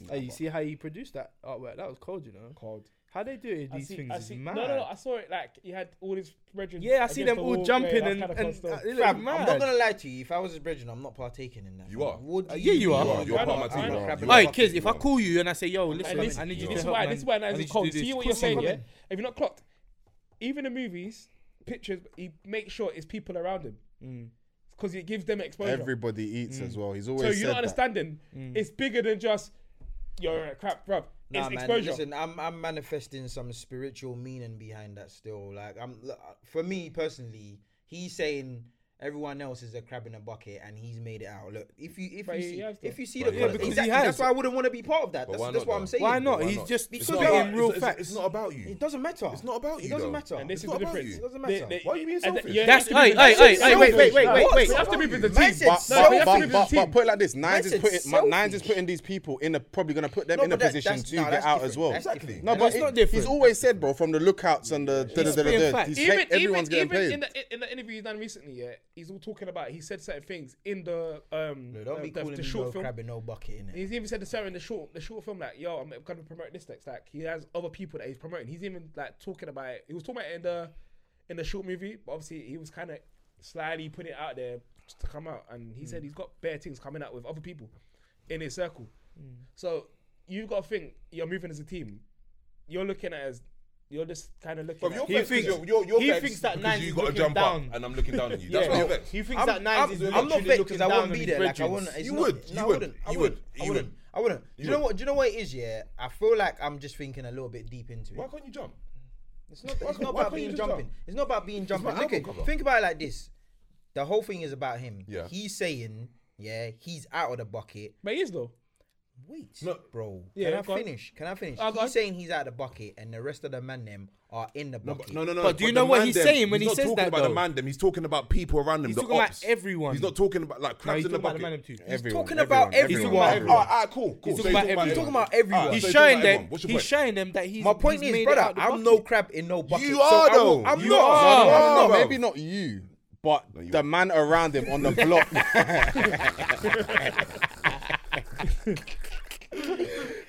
S3: Hey, you see how he produced that artwork? That was cold, you know.
S2: Cold.
S3: How they do it?
S2: I
S3: These
S2: see,
S3: things
S2: I
S3: is
S2: see.
S3: mad.
S2: No, no, no. I saw it like he had all his brethren.
S3: yeah, I see
S2: against
S3: them
S2: the
S3: all
S2: wall.
S3: jumping
S2: yeah,
S3: and,
S2: that's
S3: and
S2: kinda cold
S3: uh, it
S2: still.
S1: Fam,
S3: looks
S1: I'm
S3: mad.
S1: not gonna lie to you. If I was his brethren, I'm not partaking in that.
S4: You
S1: fam.
S4: are.
S1: Would
S3: Uh, yeah, you are.
S4: You are. You're
S2: Why
S4: part
S2: not?
S4: of my team.
S2: Why
S4: now. You're
S2: not?
S3: Hey,
S4: part of
S3: kids,
S4: my
S3: if
S4: team
S3: I
S4: now.
S3: call you and I say, "Yo, listen,
S2: this-
S3: I need you
S4: this
S3: to
S4: is
S3: help,
S2: why-
S3: man.
S2: this is why Nas
S3: I
S2: is
S3: need you to
S2: cold.
S3: do this."
S2: See
S3: Of
S2: what you're
S3: course I'm
S2: saying,
S3: gonna-
S2: yeah? If you're not clocked, even in movies, pictures, he makes sure it's people around him
S3: Mm.
S2: because it gives them exposure.
S5: Everybody eats
S1: Mm.
S5: as well. He's always
S2: so you're
S5: said
S2: not
S5: that.
S2: understanding.
S3: Mm.
S2: It's bigger than just you're a crap, bruv.
S1: Nah,
S2: It's
S1: man.
S2: exposure.
S1: Listen, I'm I'm manifesting some spiritual meaning behind that still. Like I'm look, for me personally, he's saying Everyone else is a crab in a bucket, and he's made it out. Look, if you if
S2: But
S1: you
S2: he-
S1: see
S2: he has done.
S1: if you see
S4: But
S1: the
S4: he has
S1: quality-
S4: done.
S1: exactly,
S3: Because
S1: that's
S3: he has.
S1: why I wouldn't want to be part of that.
S4: But
S1: That's,
S4: why
S1: that's
S4: not,
S1: what
S4: though?
S1: I'm saying.
S3: Why not?
S4: Why
S3: He's
S4: not?
S3: just
S1: Because
S4: It's not
S1: we
S4: about-
S1: are-
S3: spitting real
S4: it's- it's-
S3: facts.
S4: It's not about you.
S1: It doesn't matter.
S4: It's not about
S1: It
S4: you,
S1: doesn't
S4: though.
S1: matter.
S2: And this
S1: It
S2: is the
S4: not about
S2: difference.
S4: you.
S1: doesn't
S2: They-
S1: matter.
S2: they-
S4: Why are you being
S2: and-
S4: selfish?
S2: yeah, it
S3: That's-
S2: has to be
S3: oi, oi,
S2: selfish.
S3: oi, oi, wait, wait, wait,
S2: No,
S3: wait,
S2: but
S3: wait.
S2: You have to be with the
S1: Man
S2: team.
S1: said
S2: But-
S1: selfish.
S2: No, but you have to be
S5: But, but,
S2: with the
S5: but,
S2: team.
S5: put it like this: Nines is
S1: said
S5: putting Ma- Nines is
S1: selfish.
S5: putting these people in a probably gonna put them
S1: No,
S5: in a
S1: but that-
S5: position
S1: that's-
S5: to
S1: nah,
S5: get
S1: that's
S5: out
S1: different.
S5: as well.
S1: That's different.
S5: No,
S1: And
S5: but
S1: it's
S5: it-
S3: not different.
S5: He's always said, bro, from the lookouts and the da- da- da- da-
S3: being
S5: da-
S3: facts.
S5: he's
S2: even
S5: take- everyone's
S2: even,
S5: getting
S2: even in
S5: paid.
S2: the in the interview he's done recently, yeah, he's all talking about. He said certain things in the um
S1: No, don't
S2: the,
S1: be
S2: the-
S1: calling
S2: the
S1: me
S2: short
S1: no
S2: film.
S1: crab in no bucket. Innit?
S2: He's even said the certain in the short the short film like, yo, I'm gonna promote this next. Like he has other people that he's promoting. He's even like talking about it. He was talking about it in the in the short movie, but obviously he was kind of slyly putting it out there to come out. And he said he's got bare things coming out with other people in his circle. So you've got to think you're moving as a team. You're looking at it as you're just kind of looking.
S4: Bro,
S2: at-
S4: you're
S3: He
S4: vexed
S3: thinks-
S4: because you're, you're
S3: he
S4: vexed
S3: thinks that
S4: because
S3: Nines
S4: you
S3: is
S4: gotta
S3: looking
S4: jump
S3: down.
S4: up and I'm looking down on you. That's why you're vexed.
S3: He thinks
S1: I'm,
S3: that
S1: I'm,
S3: Nines is
S1: I'm not
S3: literally
S1: fit
S3: looking
S1: because I
S3: down on
S1: wouldn't be
S3: his
S1: there. Like I
S3: brethren.
S1: wouldn't. it's
S4: You
S1: not-
S4: would,
S1: no,
S4: you
S1: I
S4: would,
S1: wouldn't. I
S4: you
S1: wouldn't.
S4: would,
S1: I
S4: you
S1: wouldn't.
S4: would.
S1: I wouldn't. Do you know
S4: would.
S1: what? Do you know what it is? Yeah, I feel like I'm just thinking a little bit deep into
S4: Why
S1: it.
S4: can't you jump?
S1: It's not. It's
S4: can't-
S1: not
S4: why
S1: about
S4: can't you
S1: being
S4: just
S1: jumping.
S4: jump?
S1: It's not about being jumping.
S4: my
S1: Look
S4: album
S1: at,
S4: cover.
S1: think about it like this. The whole thing is about him.
S4: Yeah.
S1: He's saying, yeah, he's out of the bucket.
S2: but he is though.
S1: Wait,
S4: No.
S1: bro.
S2: Yeah,
S1: can
S2: go
S1: I
S2: on.
S1: finish? Can I finish?
S2: Oh, go on.
S1: he's saying he's out of the bucket, and the rest of the man them are in the bucket.
S4: No, no, no.
S3: But do you
S4: the
S3: know what
S4: man
S3: he's
S4: them,
S3: saying when
S4: he's
S3: he
S4: not
S3: says
S4: talking
S3: that,
S4: about the
S3: though?
S4: man them. He's talking about people around him.
S3: He's
S4: the
S3: talking about
S4: ops.
S3: everyone.
S4: He's not talking about like crabs
S3: he's
S4: in the
S3: talking about
S4: bucket.
S3: the man them too. He's
S5: Everyone,
S1: talking about
S5: everyone,
S1: everyone.
S3: He's talking about
S4: All right, all right, cool. cool.
S3: He's
S4: So
S3: talking about everyone.
S1: He's talking about everyone.
S4: All right,
S3: He's
S4: so you're
S3: showing
S4: talking about
S3: them.
S4: everyone. What's your
S3: He's
S4: point?
S3: showing them that he's.
S1: My point
S3: he's
S1: is,
S3: made it
S1: brother,
S3: out the
S1: I'm
S3: bucket.
S1: no crab in no bucket.
S4: You
S1: so I
S4: are
S1: will-
S4: though.
S1: I'm
S4: You
S1: not.
S4: are.
S1: I'm
S5: No,
S1: not.
S5: no, no,
S4: bro.
S5: maybe not you, but
S4: No, you
S5: the
S4: won't.
S5: man around him on the block.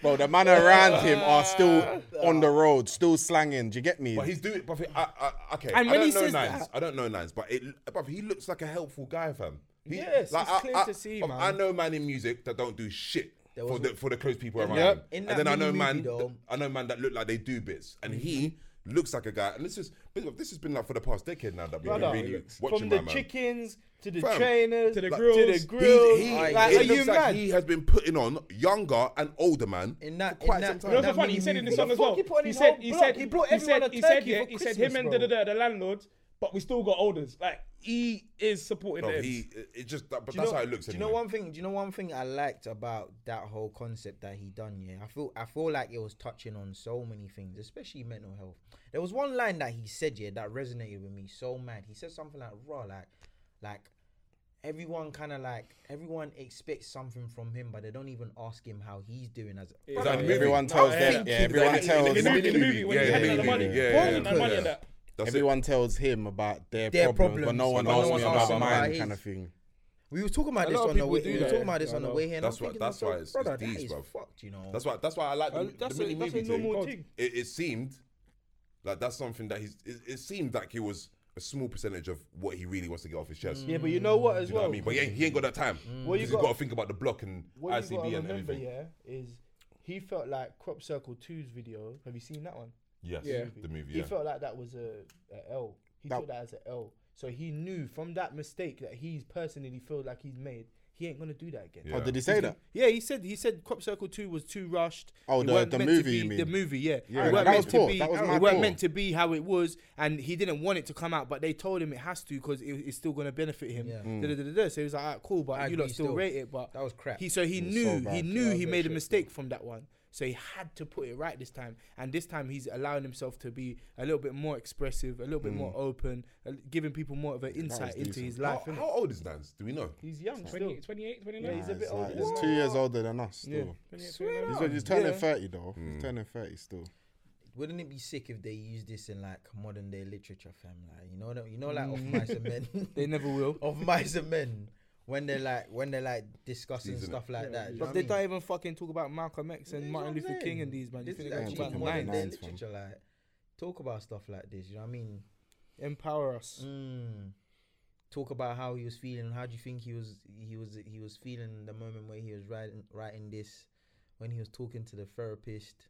S5: Bro, the man around him are still on the road, still slanging. Do you get me?
S4: But he's doing. But I, I, okay.
S3: And
S4: I
S3: when
S4: don't
S3: he
S4: know
S3: says
S4: Nines.
S3: that-
S4: I don't know Nines, but it. But he looks like a helpful guy, fam. He,
S3: Yes, it's clear to see,
S4: bruv,
S3: man.
S4: I know man in music that don't do shit for
S1: was
S4: the for the close people around.
S3: Yep.
S4: him.
S1: In
S4: And
S1: that
S4: then I know
S1: mini
S4: man.
S1: movie, though.
S4: th- I know man that look like they do bits, and he looks like a guy. And this is this has been like for the past decade now that we've been
S3: Brother,
S4: really watching
S3: from
S4: my
S3: the
S4: man.
S3: chickens to the
S4: Fam,
S3: trainers
S2: to the
S3: like, to
S2: grills.
S3: the
S4: He's-
S3: grills.
S4: he,
S1: Like,
S3: like,
S4: it
S3: are
S4: looks
S3: you
S4: like
S3: mad?
S4: he has been putting on younger and older man
S1: In that,
S4: for quite
S1: in
S4: some
S1: that,
S4: time.
S2: You know
S1: that
S2: what's so funny? He said in the
S1: mini
S2: song
S1: movie.
S2: as well.
S3: fuck he put on
S2: He
S3: his
S2: said,
S3: whole
S2: he
S3: block?
S2: said,
S3: He brought
S2: he said,
S3: everyone a
S2: he said,
S3: turkey
S2: yeah,
S3: for
S2: he said
S3: Christmas,
S2: him and
S3: bro.
S2: da, da, da, the landlords, but we still got orders. Like he is supporting
S4: Bro,
S2: them.
S4: he, it- it just, that, but
S1: Do you
S4: that's
S1: know-
S4: how it looks.
S1: Do you
S4: anyway.
S1: know one thing? Do you know one thing I liked about that whole concept that he done? Yeah, I feel I feel like it was touching on so many things, especially mental health. There was one line that he said, yeah, that resonated with me so mad. He said something like, "Raw, like, like." Everyone kind of like everyone expects something from him, but they don't even ask him how he's doing. As
S2: Is
S5: Like,
S2: that
S1: Brother,
S5: everyone
S4: No,
S5: tells
S2: yeah.
S5: them. Yeah,
S4: In the-
S5: everyone
S4: in the-
S5: tells.
S4: in the
S2: mini
S4: mini
S2: movie, when
S4: Yeah,
S2: he
S4: yeah,
S2: had all the
S4: yeah,
S2: money.
S4: yeah, yeah,
S2: Bonkers.
S4: yeah.
S2: Money and that.
S4: That's it.
S5: Everyone tells him about their,
S1: Their
S5: problems, but
S1: problems,
S5: no one
S1: but no
S5: asks
S1: one
S5: me
S1: asks
S5: about
S1: him about
S5: mine,
S1: his-
S5: kind of thing.
S1: we were talking about
S3: A
S1: this
S3: lot of
S1: on the
S3: people
S1: way.
S3: do
S1: We were
S3: that,
S1: talking
S3: yeah.
S1: about this
S3: I
S1: on the
S3: know.
S1: way here. and
S4: That's
S1: I'm
S4: why-
S1: thinking
S4: that's
S1: to myself,
S4: why it's-
S1: brother,
S4: it's
S1: that
S4: these,
S1: is
S4: bruv.
S1: fucked, you know.
S4: That's why. That's why I like the,
S3: Uh,
S4: the
S3: that's a-
S4: mini
S3: that's a
S4: movie thing.
S3: normal thing.
S4: It, it seemed like that's something that he's. It, it seemed like it was a small percentage of what he really wants to get off his chest.
S3: Mm. Yeah, but you know what? As
S4: You know
S3: well, Mm.
S4: what I mean? But he ain't, he ain't got that time.
S3: What you
S4: He's got
S3: got-
S4: to think about the block and
S3: what you gotta
S4: ICB and
S3: remember,
S4: everything.
S3: yeah, is he felt like Crop Circle 2's video. Have you seen that one?
S4: Yes,
S2: Yeah.
S4: the movie.
S3: He
S4: Yeah.
S3: felt like that was a, a L. He
S5: That-
S3: took that as a L. So he knew from that mistake that he's personally feel like he's made. He ain't gonna do that again.
S4: Yeah.
S5: Oh, did he say that?
S3: Yeah, he said he said Crop Circle Two was too rushed.
S5: Oh,
S3: It
S5: the-
S3: weren't
S5: the
S3: meant to
S5: movie, you
S3: be-
S5: mean?
S3: The movie, yeah.
S5: Yeah,
S3: it weren't
S5: that
S3: meant
S5: was
S3: to
S5: poor.
S3: be.
S5: That was
S3: it
S5: mad
S3: weren't
S5: poor.
S3: meant to be how it was, and he didn't want it to come out. But they told him it has to because it, it's still gonna benefit him.
S1: Yeah.
S5: Hmm.
S3: Da, da, da, da, da. So he was like, "Alright, cool, but
S1: I
S3: you
S1: agree
S3: lot still,
S1: still.
S3: rate it." But
S1: That was crap.
S3: He so he
S5: was so
S3: knew he
S5: bad.
S3: knew he made a mistake from that one. So he had to put it right this time, and this time he's allowing himself to be a little bit more expressive, a little bit more open, uh, giving people more of an insight into
S5: Hmm. decent.
S3: his
S4: How,
S3: life.
S1: Oh,
S3: innit?
S4: how old is Nance? Do we know?
S3: he's young still.
S2: 20, 28, 29.
S3: Yeah, he's a bit
S5: It's like,
S3: older.
S5: he's
S3: than
S5: two years older than us. Still.
S3: Yeah.
S2: He's 29.
S5: He's, he's turning
S3: Yeah.
S5: thirty though.
S4: Hmm.
S5: He's turning thirty still.
S1: Wouldn't it be sick if they used this in like modern day literature, fam? Like you know, that- you know, like of mice and
S3: They
S1: men,
S3: never will.
S1: of mice and men, when they're like when they're like discussing
S4: Season it.
S1: stuff like that. do you know
S3: But
S1: what
S3: they
S1: I
S3: don't
S1: mean?
S3: even fucking talk about Malcolm X and
S1: That's what
S3: Martin
S1: I'm
S3: Luther
S1: saying.
S3: King and these man. You
S1: This
S3: think
S1: is
S3: they're gonna
S1: actually
S5: actually
S3: talk about
S5: more
S1: modern
S5: than
S3: nine?
S1: day
S5: nines, fam.
S1: literature, like talk about stuff like this. You know what I mean?
S3: Empower us.
S1: Mm. Talk about how he was feeling. How do you think he was? He was. He was feeling the moment where he was writing writing this, when he was talking to the therapist.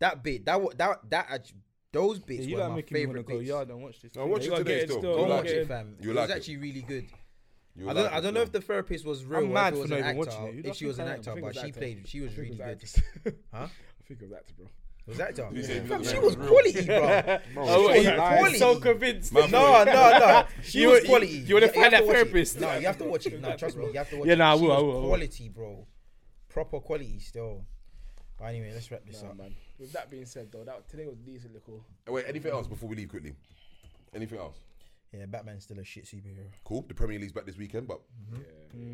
S1: That bit. That wa- that that. actu- Those
S3: Yeah,
S1: bits
S3: you
S1: were
S3: don't
S1: my
S3: make me wanna
S1: favorite
S3: go
S1: bits.
S3: yard and watch this.
S4: No,
S3: thing.
S4: watch
S3: You
S4: it
S3: gotta
S4: today
S3: get
S4: still.
S2: still.
S4: You
S1: Go
S2: You'll
S4: like
S1: watch
S2: it.
S1: it, fam.
S4: You'll
S1: it
S4: like
S1: was
S4: it.
S1: actually really good.
S4: You
S1: I
S4: like
S1: don't,
S4: it,
S1: I don't know
S4: yeah.
S1: if the therapist was real.
S3: I'm
S1: or
S3: mad
S1: if it
S3: for
S1: was
S3: not
S1: an
S3: even
S1: actor,
S3: watching it.
S1: If she was an actor, but she played. She was really good.
S2: I
S1: Huh?
S2: think it was actor, bro.
S1: Was that Jar?
S4: said he was
S1: Fam,
S4: at the
S1: she
S4: back
S1: was
S4: of the room.
S1: quality, bro.
S3: Oh,
S1: She
S3: wait,
S1: was
S3: I'm
S1: quality.
S3: so convinced.
S4: My
S1: No, no, no. She
S3: You-
S1: was
S3: you-
S1: quality.
S3: you wanna
S1: have
S3: find that
S1: watch it.
S3: therapist?
S1: No, you have to watch it. No, trust me. You have to watch
S3: Yeah,
S1: it.
S3: no, I
S1: She
S3: will, I
S1: was
S3: will, I will.
S1: Quality, bro. Proper quality still. But anyway, let's wrap this up.
S2: man. With that being said, though, that today was decently cool.
S4: Wait, anything else before we leave quickly? Anything else?
S1: Yeah, Batman's still a shit superhero.
S4: Cool. The Premier League's back this weekend, but cool.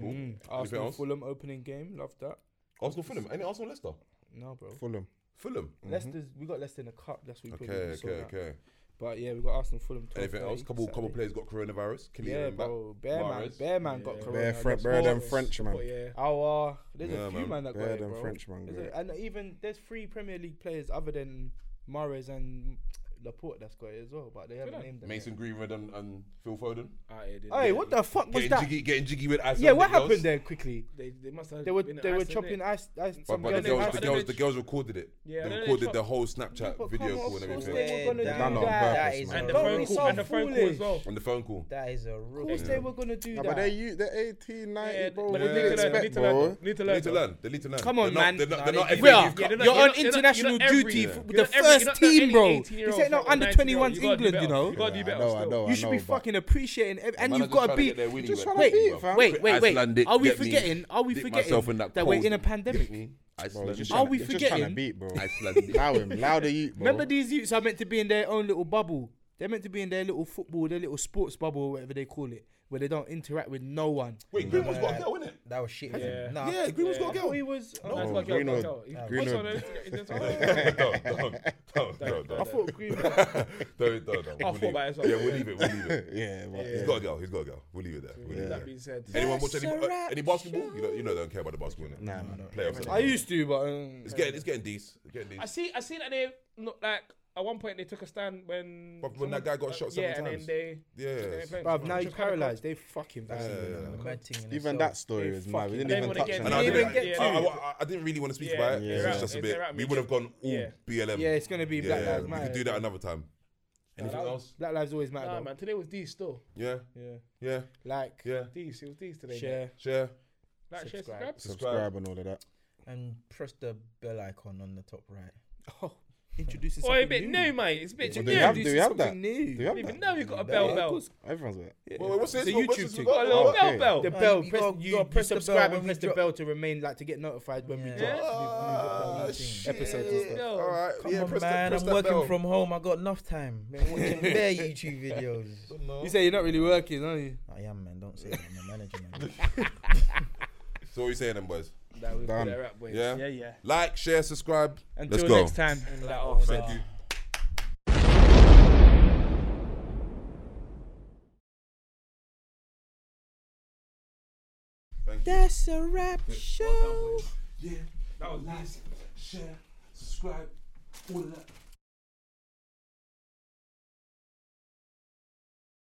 S4: Anything
S3: Mm. Arsenal
S4: else?
S3: Fulham opening game. Love that.
S4: Arsenal, Fulham. Any Arsenal, Leicester?
S3: No, bro.
S4: Mm-hmm.
S5: Fulham.
S4: Fulham. Mm-hmm.
S3: Leicester's we got Leicester in the cup. That's what we
S4: Okay,
S3: probably
S4: okay,
S3: saw that.
S4: okay.
S3: But yeah, we got Arsenal Fulham.
S4: Anything
S3: 12:30
S4: else? Couple, couple
S3: Saturday.
S4: players got coronavirus. Killian
S3: Yeah,
S4: and back.
S3: bro. Bear man,
S4: Mahrez.
S3: bear man got
S2: Yeah.
S3: corona.
S5: Bear, Fre-
S3: That's
S5: bear them
S3: all.
S5: French, man.
S2: But yeah,
S3: Our Oh, uh, there's
S4: Yeah,
S3: a few
S4: man.
S3: man that got
S5: Bear
S3: it,
S5: them
S3: bro.
S5: French, man,
S3: There's a-
S5: great.
S3: and even there's three Premier League players other than Mares and Laporte that's got it as well, but they haven't
S2: on.
S3: named them.
S4: Mason Greenwood and, and Phil Foden.
S2: out here, dude.
S3: Hey, what the fuck was
S4: Getting
S3: that?
S4: jiggy, getting jiggy with Icelandic
S3: Yeah, what
S4: girls.
S3: happened there? Quickly,
S2: They, they must have.
S3: they were
S2: been in
S3: they were
S2: Iceland,
S3: chopping
S2: innit?
S3: ice. ice
S4: But,
S3: some
S4: but
S3: girl
S4: the
S3: named
S2: girls in
S4: girls,
S3: Ice-
S4: the
S2: Iceland.
S4: girls, the girls recorded it.
S2: Yeah,
S4: they
S2: I know
S4: recorded
S2: they
S4: the
S2: shot-
S4: whole Snapchat
S3: But
S4: video
S3: come
S4: call
S3: on,
S4: and
S3: of
S4: everything.
S3: course they were gonna
S1: They've
S5: done
S3: do
S5: on
S3: that.
S5: purpose.
S1: That is a
S2: And
S3: Don't
S2: the phone
S3: be
S1: rogue.
S2: call.
S3: so
S2: and the phone call as
S3: foolish.
S2: well.
S4: On the phone call.
S1: That is a
S3: Of
S1: real.
S3: course they were gonna do
S5: Nah,
S3: that.
S5: but they're, you, they're 18, 90,
S2: Yeah,
S5: bro.
S2: but
S5: What
S2: they
S5: did
S2: need to learn.
S5: you
S2: They
S5: expect,
S2: need to learn.
S5: bro?
S2: though. Need to
S4: They
S2: learn.
S4: need to
S2: though.
S4: learn. They need to learn.
S3: Come
S4: They're
S3: on,
S4: not-
S3: man.
S4: They're not, they're
S3: Well,
S4: not FA.
S2: Yeah,
S4: You've
S2: they're
S4: got-
S2: not-
S3: you're
S2: you're
S3: on
S2: not- you're not-
S3: international
S2: you're not every-
S3: duty
S2: yeah.
S3: for
S2: You're
S3: the
S2: not every- you're
S3: first
S2: not
S3: team,
S2: any
S3: bro.
S2: 18 year
S3: This
S2: old,
S3: ain't not
S2: bro.
S3: under
S2: 19 year old.
S3: 21s
S2: You gotta do
S3: England, you
S2: better.
S3: know.
S2: You gotta do
S5: I
S2: better.
S5: know, Oh, I
S2: still.
S5: know.
S3: You should be
S5: but-
S3: fucking appreciating, ev- and
S4: Man,
S3: you've
S4: I'm
S3: got to
S4: trying
S3: be.
S4: get their winning
S5: just
S4: back.
S5: trying to
S4: Quick,
S5: beat,
S4: bro.
S5: fam.
S3: Wait, wait, wait.
S4: Icelandic,
S3: Are we
S4: get me.
S3: forgetting? Are we
S4: Dip
S3: forgetting
S4: myself in that,
S3: that we're
S4: cold.
S3: in a pandemic?
S4: Dip me.
S5: Bro,
S4: Iceland.
S5: just
S3: Are
S5: trying-
S3: we
S5: they're Just trying
S3: forgetting?
S5: to beat, bro.
S4: Icelandic.
S5: Allow him, allow the youth, bro.
S3: Remember, these youths are meant to be in their own little bubble. They're meant to be in their little football, their little sports bubble, or whatever they call it, where they don't interact with no one.
S4: Wait, Greenwood's got a girl, innit?
S1: That was shit.
S2: Yeah.
S1: Nah.
S4: Yeah, Greenwood's
S2: Yeah.
S4: got a
S3: Oh,
S4: girl.
S3: he was.
S2: No, it's not
S5: Oh,
S2: girl, not
S5: Greenwood.
S2: girl.
S5: Greenwood.
S2: What's on her Instagram?
S4: No, no, no, no,
S3: I
S4: no.
S3: thought Green.
S4: Don't, don't, don't.
S2: I'll
S4: We'll
S2: fall
S4: leave
S2: by
S4: it.
S2: as well.
S4: Yeah, we'll leave it. We'll leave it.
S5: Yeah, but
S4: He's got a girl. He's got a girl. We'll leave it there. We'll leave it
S2: That
S4: there.
S2: being said,
S4: Anyone watch any, uh, any basketball? You know, you know, they don't care about the basketball. Nah, man. Playoffs.
S3: I used to, but
S4: It's
S3: um,
S4: getting, it's getting decent. It's getting
S2: I
S4: decent.
S2: see. I see that they look like at one point they took a stand when
S4: But when that
S2: someone-
S4: guy got
S2: uh,
S4: shot seven
S2: yeah,
S4: times.
S2: and then they
S4: Yeah.
S2: they ain't playing.
S3: bruv, now
S2: Just
S3: you're
S2: kinda
S3: paralysed. They fucking. bad.
S1: Mad thing in
S5: even
S1: itself.
S5: that story is mad.
S3: fucking-
S5: We didn't
S2: They
S5: even
S2: wanna
S5: touch
S2: get
S5: on
S4: And I
S2: to
S3: They
S5: that.
S3: didn't
S4: didn't,
S3: even get
S4: I,
S3: to-
S4: I, I didn't really want to speak
S2: Yeah,
S4: about it.
S5: yeah.
S4: It was just a
S2: It's
S4: bit.
S2: alright,
S4: We
S2: mate.
S4: would have gone all
S2: Yeah.
S4: BLM.
S3: Yeah, it's gonna be Black Lives
S4: we could do
S3: Matter.
S4: that another time. Anything else?
S3: Black Lives always matter.
S2: Nah,
S3: though.
S2: man. Today was these still.
S4: Yeah,
S3: Yeah.
S4: yeah,
S3: Like
S4: yeah.
S2: These. It was these today. mate.
S3: share.
S4: Share,
S2: Like, share,
S3: Subscribe.
S2: subscribe.
S5: Subscribe and all of that.
S1: And press the bell icon on the top right.
S3: Oh, introducing
S2: Oh,
S3: something
S2: a bit new, mate. It's a bit
S5: Well,
S2: new.
S5: do we have,
S2: You
S5: do
S3: Introducing
S5: we have that?
S3: something new.
S5: Do we have
S2: didn't
S5: that?
S2: even know you got a
S3: Yeah,
S2: bell
S3: of
S2: bell.
S3: course.
S5: Everyone's got it.
S4: Wait, wait, what's this?
S3: It's a
S4: What- what's
S3: YouTube
S4: this?
S3: thing.
S2: Got a little
S5: Oh, okay.
S2: bell
S3: The
S1: Man,
S2: bell.
S3: bell.
S1: you
S3: press,
S1: gotta-
S3: you
S1: you
S3: gotta
S1: gotta press
S3: press
S1: the
S3: subscribe
S1: bell when
S3: and press
S1: we
S3: the
S1: drop-
S3: bell to remain like to get notified when we
S1: Yeah.
S3: drop
S4: Ah,
S3: new- new-
S4: shit.
S3: episodes and stuff.
S2: Yo.
S4: All right,
S1: Come
S4: yeah,
S1: on,
S4: press
S1: man.
S4: that, press
S1: I'm
S4: that
S1: working
S4: bell.
S1: from home. I got enough time. Been watching their YouTube videos.
S3: You say you're not really working, are you?
S1: I am, man. Don't say that. I'm a manager, man.
S4: So what are you saying, then, boys?
S2: Nah, we'll
S5: Done.
S2: do that rap, boys.
S4: Yeah?
S2: yeah, yeah.
S4: Like, share, subscribe.
S3: Until
S4: Let's go.
S3: next time.
S2: And that off.
S4: Thank you. Thank you.
S1: That's a wrap show.
S2: That was nice. Share, subscribe, all of that.